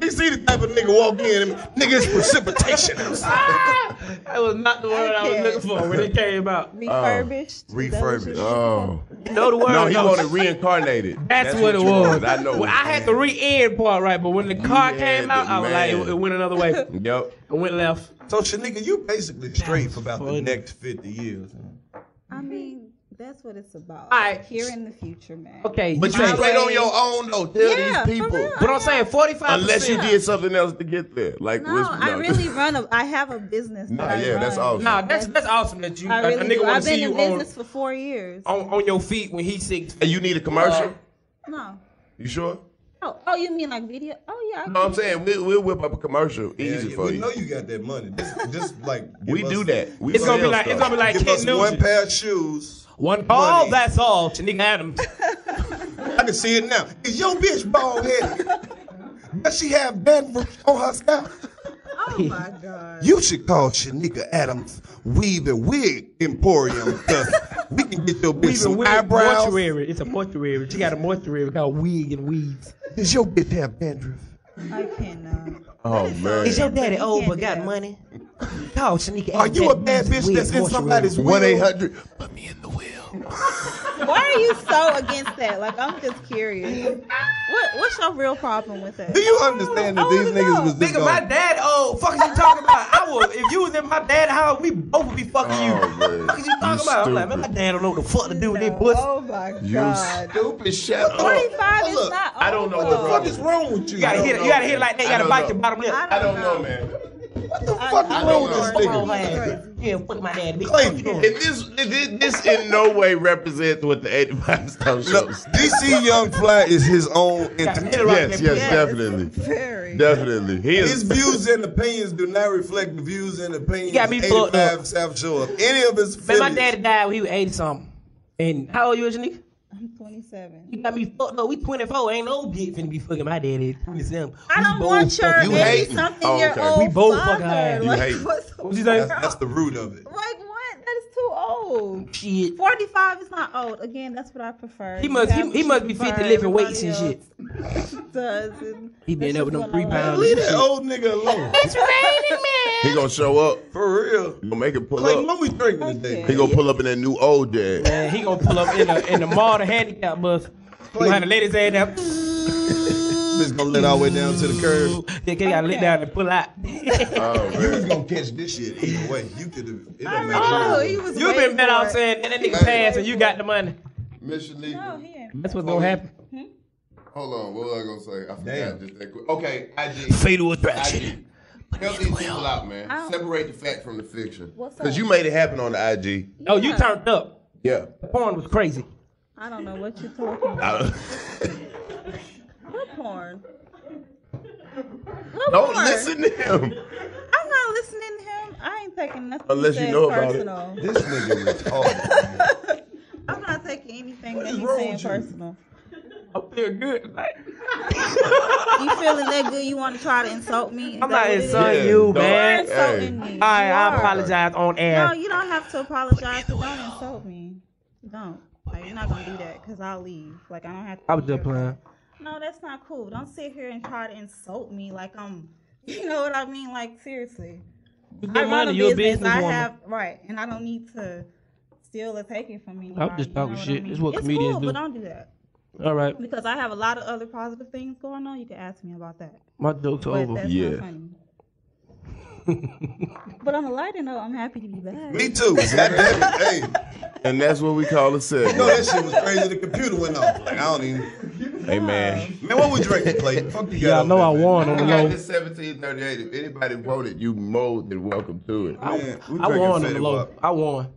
Speaker 3: you see the type of nigga walk in, and nigga, it's precipitation outside.
Speaker 4: That was not the word I was looking for Oh, when it came out.
Speaker 5: Oh.
Speaker 13: Refurbished.
Speaker 5: Uh, Refurbished. Oh.
Speaker 4: No, the word.
Speaker 5: No, he
Speaker 4: no.
Speaker 5: wanted reincarnated.
Speaker 4: That's, what, it
Speaker 5: you
Speaker 4: was.
Speaker 5: wanted. I know.
Speaker 4: Well, I had the re-end part right, but when the car came out, I was like,
Speaker 5: man.
Speaker 4: it, it went another way.
Speaker 5: (laughs) Yep.
Speaker 4: It went left.
Speaker 3: So, Shanika, you basically straight for about the next 50 years.
Speaker 13: I mean, that's what it's about.
Speaker 4: All right.
Speaker 13: Here in the future, man.
Speaker 4: Okay,
Speaker 5: But you
Speaker 4: say-
Speaker 5: straight on your own though. Tell
Speaker 13: Yeah, for
Speaker 5: these people.
Speaker 13: real,
Speaker 4: But I'm saying 45.
Speaker 5: Unless you did something else to get there, like
Speaker 13: No,
Speaker 5: was-
Speaker 13: I really run a. I have a business.
Speaker 5: Nah,
Speaker 13: that I
Speaker 5: yeah, that's
Speaker 13: run.
Speaker 5: awesome.
Speaker 4: Nah, that's that's awesome that you
Speaker 13: I
Speaker 4: a-
Speaker 13: really
Speaker 4: a nigga
Speaker 13: do.
Speaker 4: want
Speaker 13: I've
Speaker 4: to see
Speaker 13: been
Speaker 4: you
Speaker 13: in
Speaker 4: on,
Speaker 13: business for four years.
Speaker 4: on on your feet when he six.
Speaker 5: And you need a commercial.
Speaker 13: No.
Speaker 5: you sure?
Speaker 13: Oh, oh, you mean like video? Oh yeah. I
Speaker 5: No, I'm saying we, we'll whip up a commercial easy for
Speaker 3: we
Speaker 5: you.
Speaker 3: know you got that money. Just, just
Speaker 5: (laughs)
Speaker 3: like
Speaker 5: We
Speaker 3: give
Speaker 5: do
Speaker 3: us-
Speaker 5: that. We It's gonna be sell like- it's stuff. gonna be like
Speaker 3: give
Speaker 5: Ken
Speaker 3: us
Speaker 5: Nugent.
Speaker 3: one pair of shoes.
Speaker 4: One ball. That's all. Shanika Adams.
Speaker 3: (laughs) I can see it now. Is your bitch bald headed? Does she have dandruff on her scalp?
Speaker 13: (laughs) Oh my god.
Speaker 3: You should call Shanika Adams Weave and Wig Emporium because we can get your bitch some
Speaker 4: Weave and wig,
Speaker 3: eyebrows.
Speaker 4: Mortuary. It's a mortuary. She got a mortuary called wig and weeds.
Speaker 3: Does your bitch have dandruff?
Speaker 13: I cannot.
Speaker 5: Oh man.
Speaker 4: Is your daddy old but got money? Call Shanika.
Speaker 3: Are you a bad bitch that's in somebody's
Speaker 5: One eight hundred.
Speaker 13: Why are you so against that? Like I'm just curious. What What's your real problem with that?
Speaker 3: Do you understand that these niggas was just
Speaker 4: Nigga, my
Speaker 3: going?
Speaker 4: dad old. Fuck is you talking about? I will. If you was in my dad's house, we both would be fucking
Speaker 3: Oh,
Speaker 4: you. Fuck is you talking about? I'm like, man, my dad don't know what the fuck to do with this pussy.
Speaker 13: Oh my
Speaker 5: You
Speaker 13: god.
Speaker 5: stupid shut up.
Speaker 13: 25 is not old.
Speaker 5: I don't know what
Speaker 13: though.
Speaker 5: the fuck is
Speaker 3: wrong with
Speaker 4: You gotta hit. it- You gotta hit it like that. You gotta bite your bottom lip.
Speaker 5: I don't know, man.
Speaker 3: What the fuck is wrong with this nigga?
Speaker 4: Yeah, fuck my dad. bitch.
Speaker 3: Clayton,
Speaker 4: Fuck you.
Speaker 5: And this, this, this in no way represents what the 85 stuff
Speaker 3: Look,
Speaker 5: shows.
Speaker 3: DC Young Fly is his own entity.
Speaker 5: Yes, yes, definitely.
Speaker 13: Very.
Speaker 5: Definitely. (laughs) He
Speaker 3: His
Speaker 5: is.
Speaker 3: views and opinions do not reflect the views and opinions
Speaker 4: You got
Speaker 3: of
Speaker 4: me fucked up.
Speaker 3: 85 South Shore. Any of his
Speaker 4: Man, my
Speaker 3: affiliates.
Speaker 4: daddy died when he was 80 something. And how old you, Shanika?
Speaker 13: I'm 27.
Speaker 4: You got me fucked up. We 24. Ain't no bitch finna be fucking my daddy at 27.
Speaker 13: I
Speaker 4: We
Speaker 13: don't
Speaker 4: both
Speaker 13: want your
Speaker 4: fucking-
Speaker 5: You hate me.
Speaker 13: 80-something
Speaker 5: Oh,
Speaker 13: year
Speaker 5: okay.
Speaker 13: old
Speaker 4: We both
Speaker 13: father.
Speaker 4: fucking hate
Speaker 5: You
Speaker 13: like,
Speaker 5: hate me.
Speaker 13: what's-
Speaker 4: What you think?
Speaker 3: That's, that's the root of it.
Speaker 13: Like what? That is too old.
Speaker 4: Shit.
Speaker 13: 45 is not old. Again, that's what I prefer.
Speaker 4: He must- he-
Speaker 13: have
Speaker 4: he
Speaker 13: to
Speaker 4: must be 50
Speaker 13: prefer
Speaker 4: lifting weights
Speaker 13: everybody
Speaker 4: and
Speaker 13: else (laughs) Does and
Speaker 4: He been up with them rebounds.
Speaker 3: Leave that old nigga alone.
Speaker 13: it's raining, man.
Speaker 5: He gonna show up.
Speaker 3: For real.
Speaker 5: He gonna make it pull
Speaker 3: Like,
Speaker 5: up.
Speaker 3: what we drinking today?
Speaker 5: He gonna pull up in that new old dad.
Speaker 4: Man, he gonna pull up in the in the mall the handicap bus. He gonna have the ladies ass down.
Speaker 3: Bitch gonna let all the way down to the curb.
Speaker 4: They gotta let down and pull out.
Speaker 5: Oh,
Speaker 3: You
Speaker 5: man.
Speaker 3: was gonna catch this shit either way. You could have. It don't
Speaker 13: Oh,
Speaker 3: matter.
Speaker 13: he was
Speaker 4: You
Speaker 13: waiting
Speaker 4: been better
Speaker 13: for
Speaker 4: off
Speaker 13: it.
Speaker 4: saying and that nigga passed and you got the money.
Speaker 16: Miss Shanika.
Speaker 13: No, he ain't.
Speaker 4: That's what's gonna happen.
Speaker 16: Hold on, what was I gonna say? I forgot
Speaker 3: Damn.
Speaker 16: just that quick. Okay, IG.
Speaker 4: Fatal attraction.
Speaker 16: IG. Help these people out, man.
Speaker 13: Ow.
Speaker 16: Separate the fact from the fiction.
Speaker 13: What's up?
Speaker 5: Cause you made it happen on the IG.
Speaker 4: Oh, you turned up.
Speaker 5: Yeah.
Speaker 4: The porn was crazy.
Speaker 13: I don't know what you're talking about.
Speaker 5: I don't-
Speaker 13: What porn? What
Speaker 5: Don't
Speaker 13: porn?
Speaker 5: listen to him.
Speaker 13: I'm not listening to him. I ain't taking nothing.
Speaker 5: Unless
Speaker 13: he
Speaker 5: you
Speaker 13: said
Speaker 5: know about it.
Speaker 13: personal.
Speaker 3: This nigga retarded.
Speaker 13: I'm not taking anything
Speaker 3: What
Speaker 13: that
Speaker 3: is
Speaker 13: he's
Speaker 3: wrong
Speaker 13: saying
Speaker 3: with you?
Speaker 13: personal.
Speaker 4: I feel good. Like,
Speaker 13: You feeling that good? You want to try to insult me? Is that
Speaker 4: I'm not
Speaker 13: what it is?
Speaker 4: insulting
Speaker 5: Yeah,
Speaker 4: you,
Speaker 5: don't-
Speaker 13: You're
Speaker 4: man.
Speaker 13: insulting me.
Speaker 4: All right,
Speaker 13: You
Speaker 4: I
Speaker 13: are.
Speaker 4: apologize on air.
Speaker 13: No, you don't have to apologize. But don't insult me. Don't. Like, you're not gonna do that because I'll leave. Like I don't have to.
Speaker 4: I was just playing.
Speaker 13: No, that's not cool. Don't sit here and try to insult me like I'm. (laughs) You know what I mean? Like seriously.
Speaker 4: But
Speaker 13: I run a
Speaker 4: Yolanda, you're a
Speaker 13: business. I
Speaker 4: businesswoman.
Speaker 13: have right, and I don't need to steal or take it from anybody.
Speaker 4: just
Speaker 13: you
Speaker 4: talking
Speaker 13: know what
Speaker 4: shit.
Speaker 13: I mean?
Speaker 4: It's what
Speaker 13: it's
Speaker 4: comedians
Speaker 13: cool,
Speaker 4: do.
Speaker 13: But don't do that
Speaker 4: All right,
Speaker 13: because I have a lot of other positive things going on. You can ask me about that.
Speaker 4: my joke's
Speaker 13: But
Speaker 4: over.
Speaker 13: that's not
Speaker 17: (laughs)
Speaker 13: funny. But on a lighter note, I'm happy to be back.
Speaker 17: Me too. Goddamn it. Hey,
Speaker 3: And that's what we call a
Speaker 17: you know that
Speaker 3: segment.
Speaker 17: shit was crazy. The computer went off. Like, I don't even.
Speaker 3: hey man.
Speaker 17: Man, what we drinking, Clayton? Fuck you
Speaker 3: Y'all
Speaker 17: got
Speaker 3: know
Speaker 17: over
Speaker 3: I
Speaker 17: there, man.
Speaker 3: won on the
Speaker 5: got
Speaker 3: low.
Speaker 5: this 1738. If anybody voted, you more than welcome to it.
Speaker 4: I, I won on the low. I won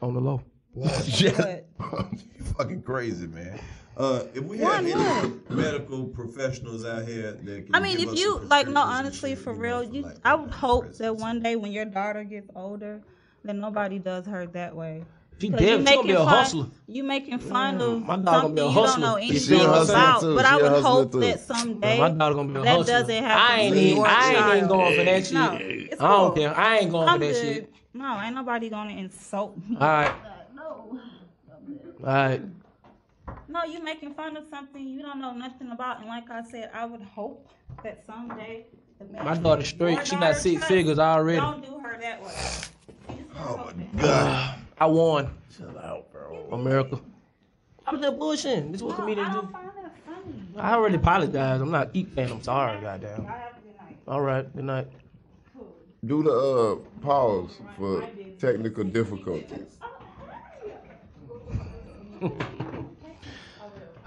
Speaker 4: on the low.
Speaker 3: (laughs)
Speaker 17: you fucking crazy, man.
Speaker 8: Uh, if we
Speaker 13: Why
Speaker 8: have any
Speaker 13: not?
Speaker 8: medical professionals out here that can
Speaker 13: I mean,
Speaker 8: give
Speaker 13: if
Speaker 8: us
Speaker 13: you like, no, honestly, for real, you, I would hope that one day when your daughter gets older, that nobody does her that way.
Speaker 4: She
Speaker 13: 'Cause
Speaker 4: dead,
Speaker 13: you
Speaker 4: she
Speaker 13: making
Speaker 4: gonna be a
Speaker 13: fun-
Speaker 4: hustler.
Speaker 13: You making fun of
Speaker 4: Mm, My dog gonna
Speaker 13: something
Speaker 4: be a
Speaker 13: you
Speaker 4: hustler.
Speaker 13: don't know
Speaker 4: She a
Speaker 13: anything
Speaker 4: hustler
Speaker 13: about,
Speaker 4: too.
Speaker 13: but
Speaker 4: She
Speaker 13: I
Speaker 4: a
Speaker 13: would
Speaker 4: hustler
Speaker 13: hope
Speaker 4: too.
Speaker 13: that someday
Speaker 4: My daughter gonna be a
Speaker 13: that
Speaker 4: hustler.
Speaker 13: doesn't happen.
Speaker 4: I ain't
Speaker 13: to
Speaker 4: even-
Speaker 13: your
Speaker 4: I ain't
Speaker 13: child.
Speaker 4: even going for that
Speaker 13: No,
Speaker 4: shit.
Speaker 13: it's
Speaker 4: I don't
Speaker 13: cool.
Speaker 4: care. I ain't going for
Speaker 13: I'm
Speaker 4: that
Speaker 13: good.
Speaker 4: shit.
Speaker 13: No, ain't nobody gonna insult me.
Speaker 4: All right,
Speaker 13: No.
Speaker 4: all right.
Speaker 13: No, you making fun of something you don't know nothing about, and like I said, I would hope that someday. the man-
Speaker 4: My daughter's
Speaker 13: your
Speaker 4: straight. She
Speaker 13: daughter
Speaker 4: got six
Speaker 13: trust,
Speaker 4: figures already.
Speaker 13: Don't do her that way.
Speaker 4: God. I won. Chill out, bro. America. I'm just bullshitting. This is what comedians do. I already apologized. I'm not a geek fan. I'm sorry, goddamn. All right, good night.
Speaker 5: Do the uh, pause for
Speaker 3: (laughs)
Speaker 5: technical difficulties.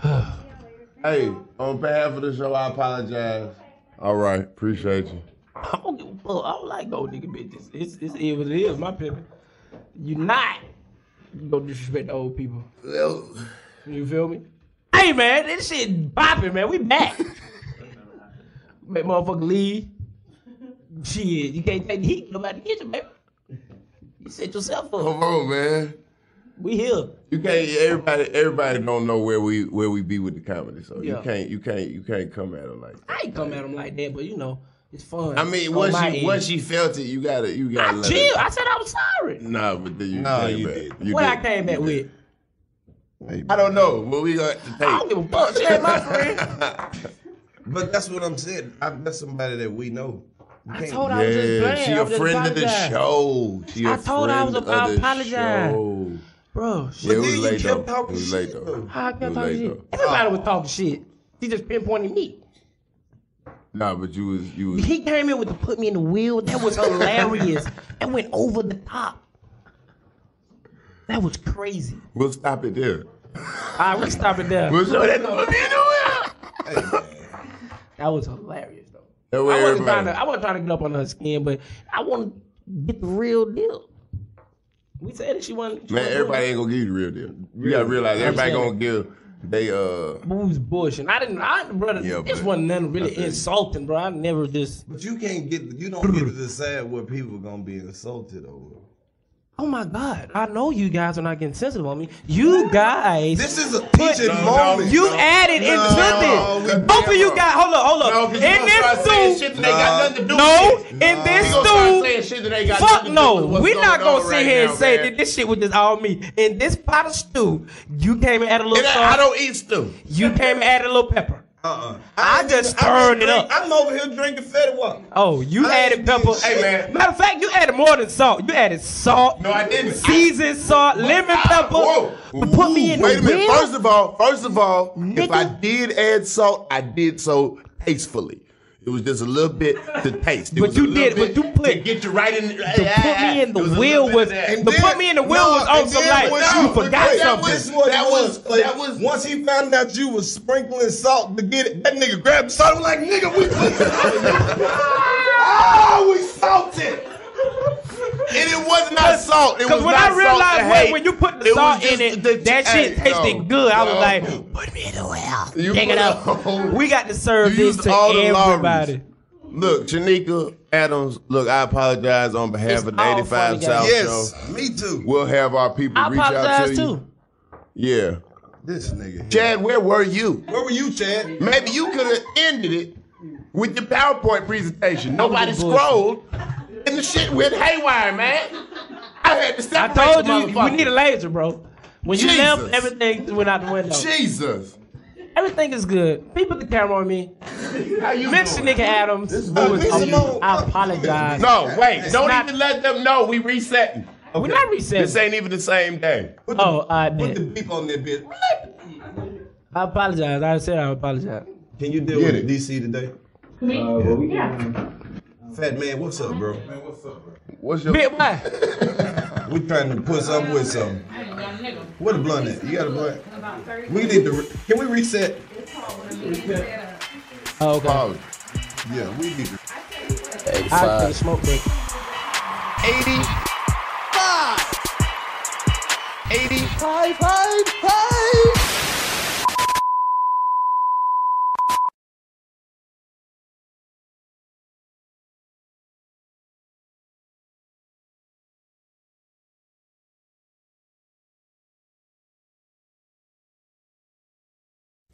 Speaker 3: Hey, on behalf of the show, I apologize.
Speaker 5: All right, appreciate you.
Speaker 4: I don't give a fuck. I don't like old nigga bitches. It's, it's, it is what it is, my opinion. You not. You don't disrespect the old people. You feel me? Hey, man, this shit popping, man. We back. Make motherfucker leave. Shit, you can't take the heat. Nobody get you, baby. You set yourself up.
Speaker 5: Come on, Oh, man.
Speaker 4: We here.
Speaker 5: You can't. Everybody, everybody don't know where we where we be with the comedy, so
Speaker 4: Yeah.
Speaker 5: you can't, you can't, you can't come at them like. That.
Speaker 4: I ain't come at him like that, but you know, it's fun.
Speaker 5: I mean,
Speaker 4: On
Speaker 5: once
Speaker 4: my
Speaker 5: she
Speaker 4: end.
Speaker 5: once she felt it, you gotta, you
Speaker 4: I
Speaker 5: gotta. let
Speaker 4: chill.
Speaker 5: It.
Speaker 4: I said I was sorry.
Speaker 5: Nah, but then you.
Speaker 4: No,
Speaker 5: came
Speaker 4: you
Speaker 5: back.
Speaker 4: did.
Speaker 5: You
Speaker 4: What I
Speaker 5: did.
Speaker 4: came back
Speaker 5: You
Speaker 4: with?
Speaker 5: did. I don't know, but we got to take. I
Speaker 4: don't give a fuck. She ain't my friend.
Speaker 8: (laughs) But that's what I'm saying. I, that's somebody that we know. You
Speaker 4: I
Speaker 8: can't-
Speaker 4: told her I was just Yeah, playing. she I a was just friend of the apologizing.
Speaker 5: show. She a
Speaker 4: I told her I was
Speaker 5: friend
Speaker 4: about
Speaker 5: of
Speaker 4: to
Speaker 5: the
Speaker 4: apologize.
Speaker 5: show.
Speaker 4: Bro,
Speaker 5: yeah, it
Speaker 4: But then
Speaker 5: was
Speaker 4: you
Speaker 5: late
Speaker 4: kept
Speaker 5: though. It was late though.
Speaker 4: How I
Speaker 5: It
Speaker 4: kept
Speaker 5: was
Speaker 4: talking
Speaker 5: late
Speaker 4: shit.
Speaker 5: though.
Speaker 4: Everybody was talking shit. He just pinpointed me.
Speaker 5: (laughs) Nah, but you was you was.
Speaker 4: He came in with the put me in the wheel. That was hilarious. that went over the top. That was crazy.
Speaker 5: (laughs) We'll stop it there.
Speaker 4: All right, we'll stop it there.
Speaker 5: We'll show that to
Speaker 4: That was hilarious though.
Speaker 5: That way
Speaker 4: I wasn't
Speaker 5: everybody-
Speaker 4: trying to. I wasn't trying to get up on her skin, but I want to get the real deal. We said that she wasn't. she
Speaker 5: Man,
Speaker 4: wasn't
Speaker 5: everybody
Speaker 4: doing
Speaker 5: ain't gonna give you the real deal. You gotta realize everybody gonna give they uh
Speaker 4: it. Boo's bush, and I didn't. I brother,
Speaker 5: Yeah,
Speaker 4: this
Speaker 5: but-
Speaker 4: wasn't nothing really insulting, bro. I never just.
Speaker 8: But you can't get. You don't get to decide what people are gonna be insulted over.
Speaker 4: Oh my God! I know you guys are not getting sensitive on me. You guys.
Speaker 8: This is a teaching moment.
Speaker 4: You
Speaker 8: No.
Speaker 4: added
Speaker 8: No,
Speaker 4: into this.
Speaker 8: we
Speaker 4: Both of you
Speaker 8: different.
Speaker 4: got. Hold up, hold
Speaker 8: No,
Speaker 4: up.
Speaker 8: 'cause
Speaker 4: in
Speaker 8: you gonna start
Speaker 4: this
Speaker 8: saying
Speaker 4: suit.
Speaker 8: shit that ain't got nothing to do
Speaker 4: no,
Speaker 8: with it.
Speaker 4: in
Speaker 8: Nah.
Speaker 4: this
Speaker 8: You
Speaker 5: Uh,
Speaker 8: gonna start
Speaker 4: suit.
Speaker 8: saying shit that ain't got
Speaker 4: fuck
Speaker 8: nothing to do
Speaker 4: no.
Speaker 8: with what's
Speaker 4: We're not
Speaker 8: going on
Speaker 4: gonna sit
Speaker 8: right
Speaker 4: here and
Speaker 8: now,
Speaker 4: say
Speaker 8: man.
Speaker 4: that this shit was just all me. In this pot of stew, you came and added a little.
Speaker 8: And I-
Speaker 4: salt.
Speaker 8: I don't eat stew.
Speaker 4: You came and added a little pepper.
Speaker 8: Uh-uh.
Speaker 4: I, just stirred it up.
Speaker 8: I'm over here drinking Fetty Wap.
Speaker 4: Oh, you added pepper.
Speaker 8: Hey, man.
Speaker 4: Matter of fact, you added more than salt. You added salt. No,
Speaker 8: I didn't.
Speaker 4: Seasoned salt, lemon pepper. But put me in
Speaker 5: Wait
Speaker 4: the
Speaker 5: a minute.
Speaker 4: wheel?
Speaker 5: First of all, first of all, if I did add salt, I did so tastefully. It was just a little bit to taste. It
Speaker 4: But
Speaker 5: was
Speaker 4: you
Speaker 5: a little
Speaker 4: did- but
Speaker 5: bit
Speaker 4: you put-
Speaker 5: to get you right in. To
Speaker 4: put me
Speaker 5: (laughs)
Speaker 4: in the wheel was- the put me in the wheel was on some like, you forgot something.
Speaker 8: This is what
Speaker 4: That
Speaker 8: it was,
Speaker 4: was-
Speaker 8: Clay.
Speaker 4: that was-
Speaker 8: once he found out you was sprinkling salt to get it. That nigga grabbed salt. I'm like, nigga, we
Speaker 5: oh, we salted. And it was not salt. It was
Speaker 4: Because when
Speaker 5: not
Speaker 4: I realized
Speaker 5: salt
Speaker 4: when, when you put the
Speaker 5: It
Speaker 4: salt
Speaker 5: was
Speaker 4: in
Speaker 5: just
Speaker 4: it,
Speaker 5: the-
Speaker 4: that
Speaker 5: hey,
Speaker 4: shit tasted
Speaker 5: no,
Speaker 4: good. I was
Speaker 5: no.
Speaker 4: like, put me in the well.
Speaker 5: You
Speaker 4: Dig
Speaker 5: put
Speaker 4: it up. We got to serve
Speaker 5: You
Speaker 4: this
Speaker 5: used
Speaker 4: to
Speaker 5: all the laurels.
Speaker 4: everybody.
Speaker 5: Look, Janika Adams. Look, I apologize on behalf of the
Speaker 4: all
Speaker 5: 85
Speaker 4: funny,
Speaker 5: South
Speaker 4: guys.
Speaker 8: Yes,
Speaker 5: Show.
Speaker 8: me too.
Speaker 5: We'll have our people
Speaker 8: I
Speaker 5: reach out to
Speaker 8: apologize
Speaker 5: you.
Speaker 8: too.
Speaker 5: Yeah.
Speaker 8: This nigga.
Speaker 5: Chad, where were you?
Speaker 8: Where were you, Chad?
Speaker 5: Maybe you could have ended it with your PowerPoint presentation. Nobody
Speaker 4: bullshit.
Speaker 5: scrolled, and the shit went haywire, man. I had to
Speaker 4: I
Speaker 5: separate
Speaker 4: told
Speaker 5: the
Speaker 4: you, we
Speaker 5: motherfucker.
Speaker 4: need a laser, bro. When you
Speaker 5: Jesus.
Speaker 4: left, everything went out the window.
Speaker 5: Jesus.
Speaker 4: Everything is good. People the camera on me. Mr. Nick Adams, who is on you. I apologize.
Speaker 5: No, wait.
Speaker 4: It's
Speaker 5: Don't
Speaker 4: not-
Speaker 5: even let them know we resetting.
Speaker 4: We're not resetting.
Speaker 5: This ain't even the same day.
Speaker 4: Oh, I admit.
Speaker 5: Put the beep on that bitch.
Speaker 4: I apologize. I said I apologize.
Speaker 8: Can you deal
Speaker 4: Get
Speaker 8: with DC today? Uh,
Speaker 4: Me?
Speaker 8: yeah. Fat man, what's up, bro? Man, what's up, bro?
Speaker 5: What's your
Speaker 4: bit? Why?
Speaker 8: (laughs) we trying to put something with something. What a blunt at? You got a blunt? We need to. Re- can we reset?
Speaker 4: Oh, okay.
Speaker 8: Yeah, we need to.
Speaker 4: I take a smoke break.
Speaker 8: 85. 85, five, five.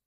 Speaker 18: (laughs)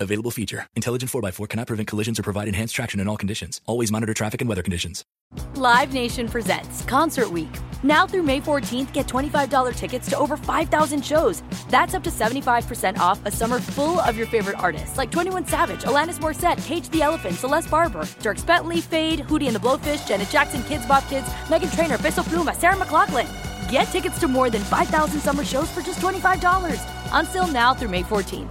Speaker 19: Available feature. Intelligent 4x4 cannot prevent collisions or provide enhanced traction in all conditions. Always monitor traffic and weather conditions.
Speaker 1: Live Nation presents Concert Week. Now through May 14th, get $25 tickets to over 5,000 shows. That's up to 75% off a summer full of your favorite artists like 21 Savage, Alanis Morissette, Cage the Elephant, Celeste Barber, Dirk Bentley, Fade, Hootie and the Blowfish, Janet Jackson, Kids Bop Kids, Megan Trainor, Bissell Pluma, Sarah McLaughlin. Get tickets to more than 5,000 summer shows for just $25. Until now through May 14th.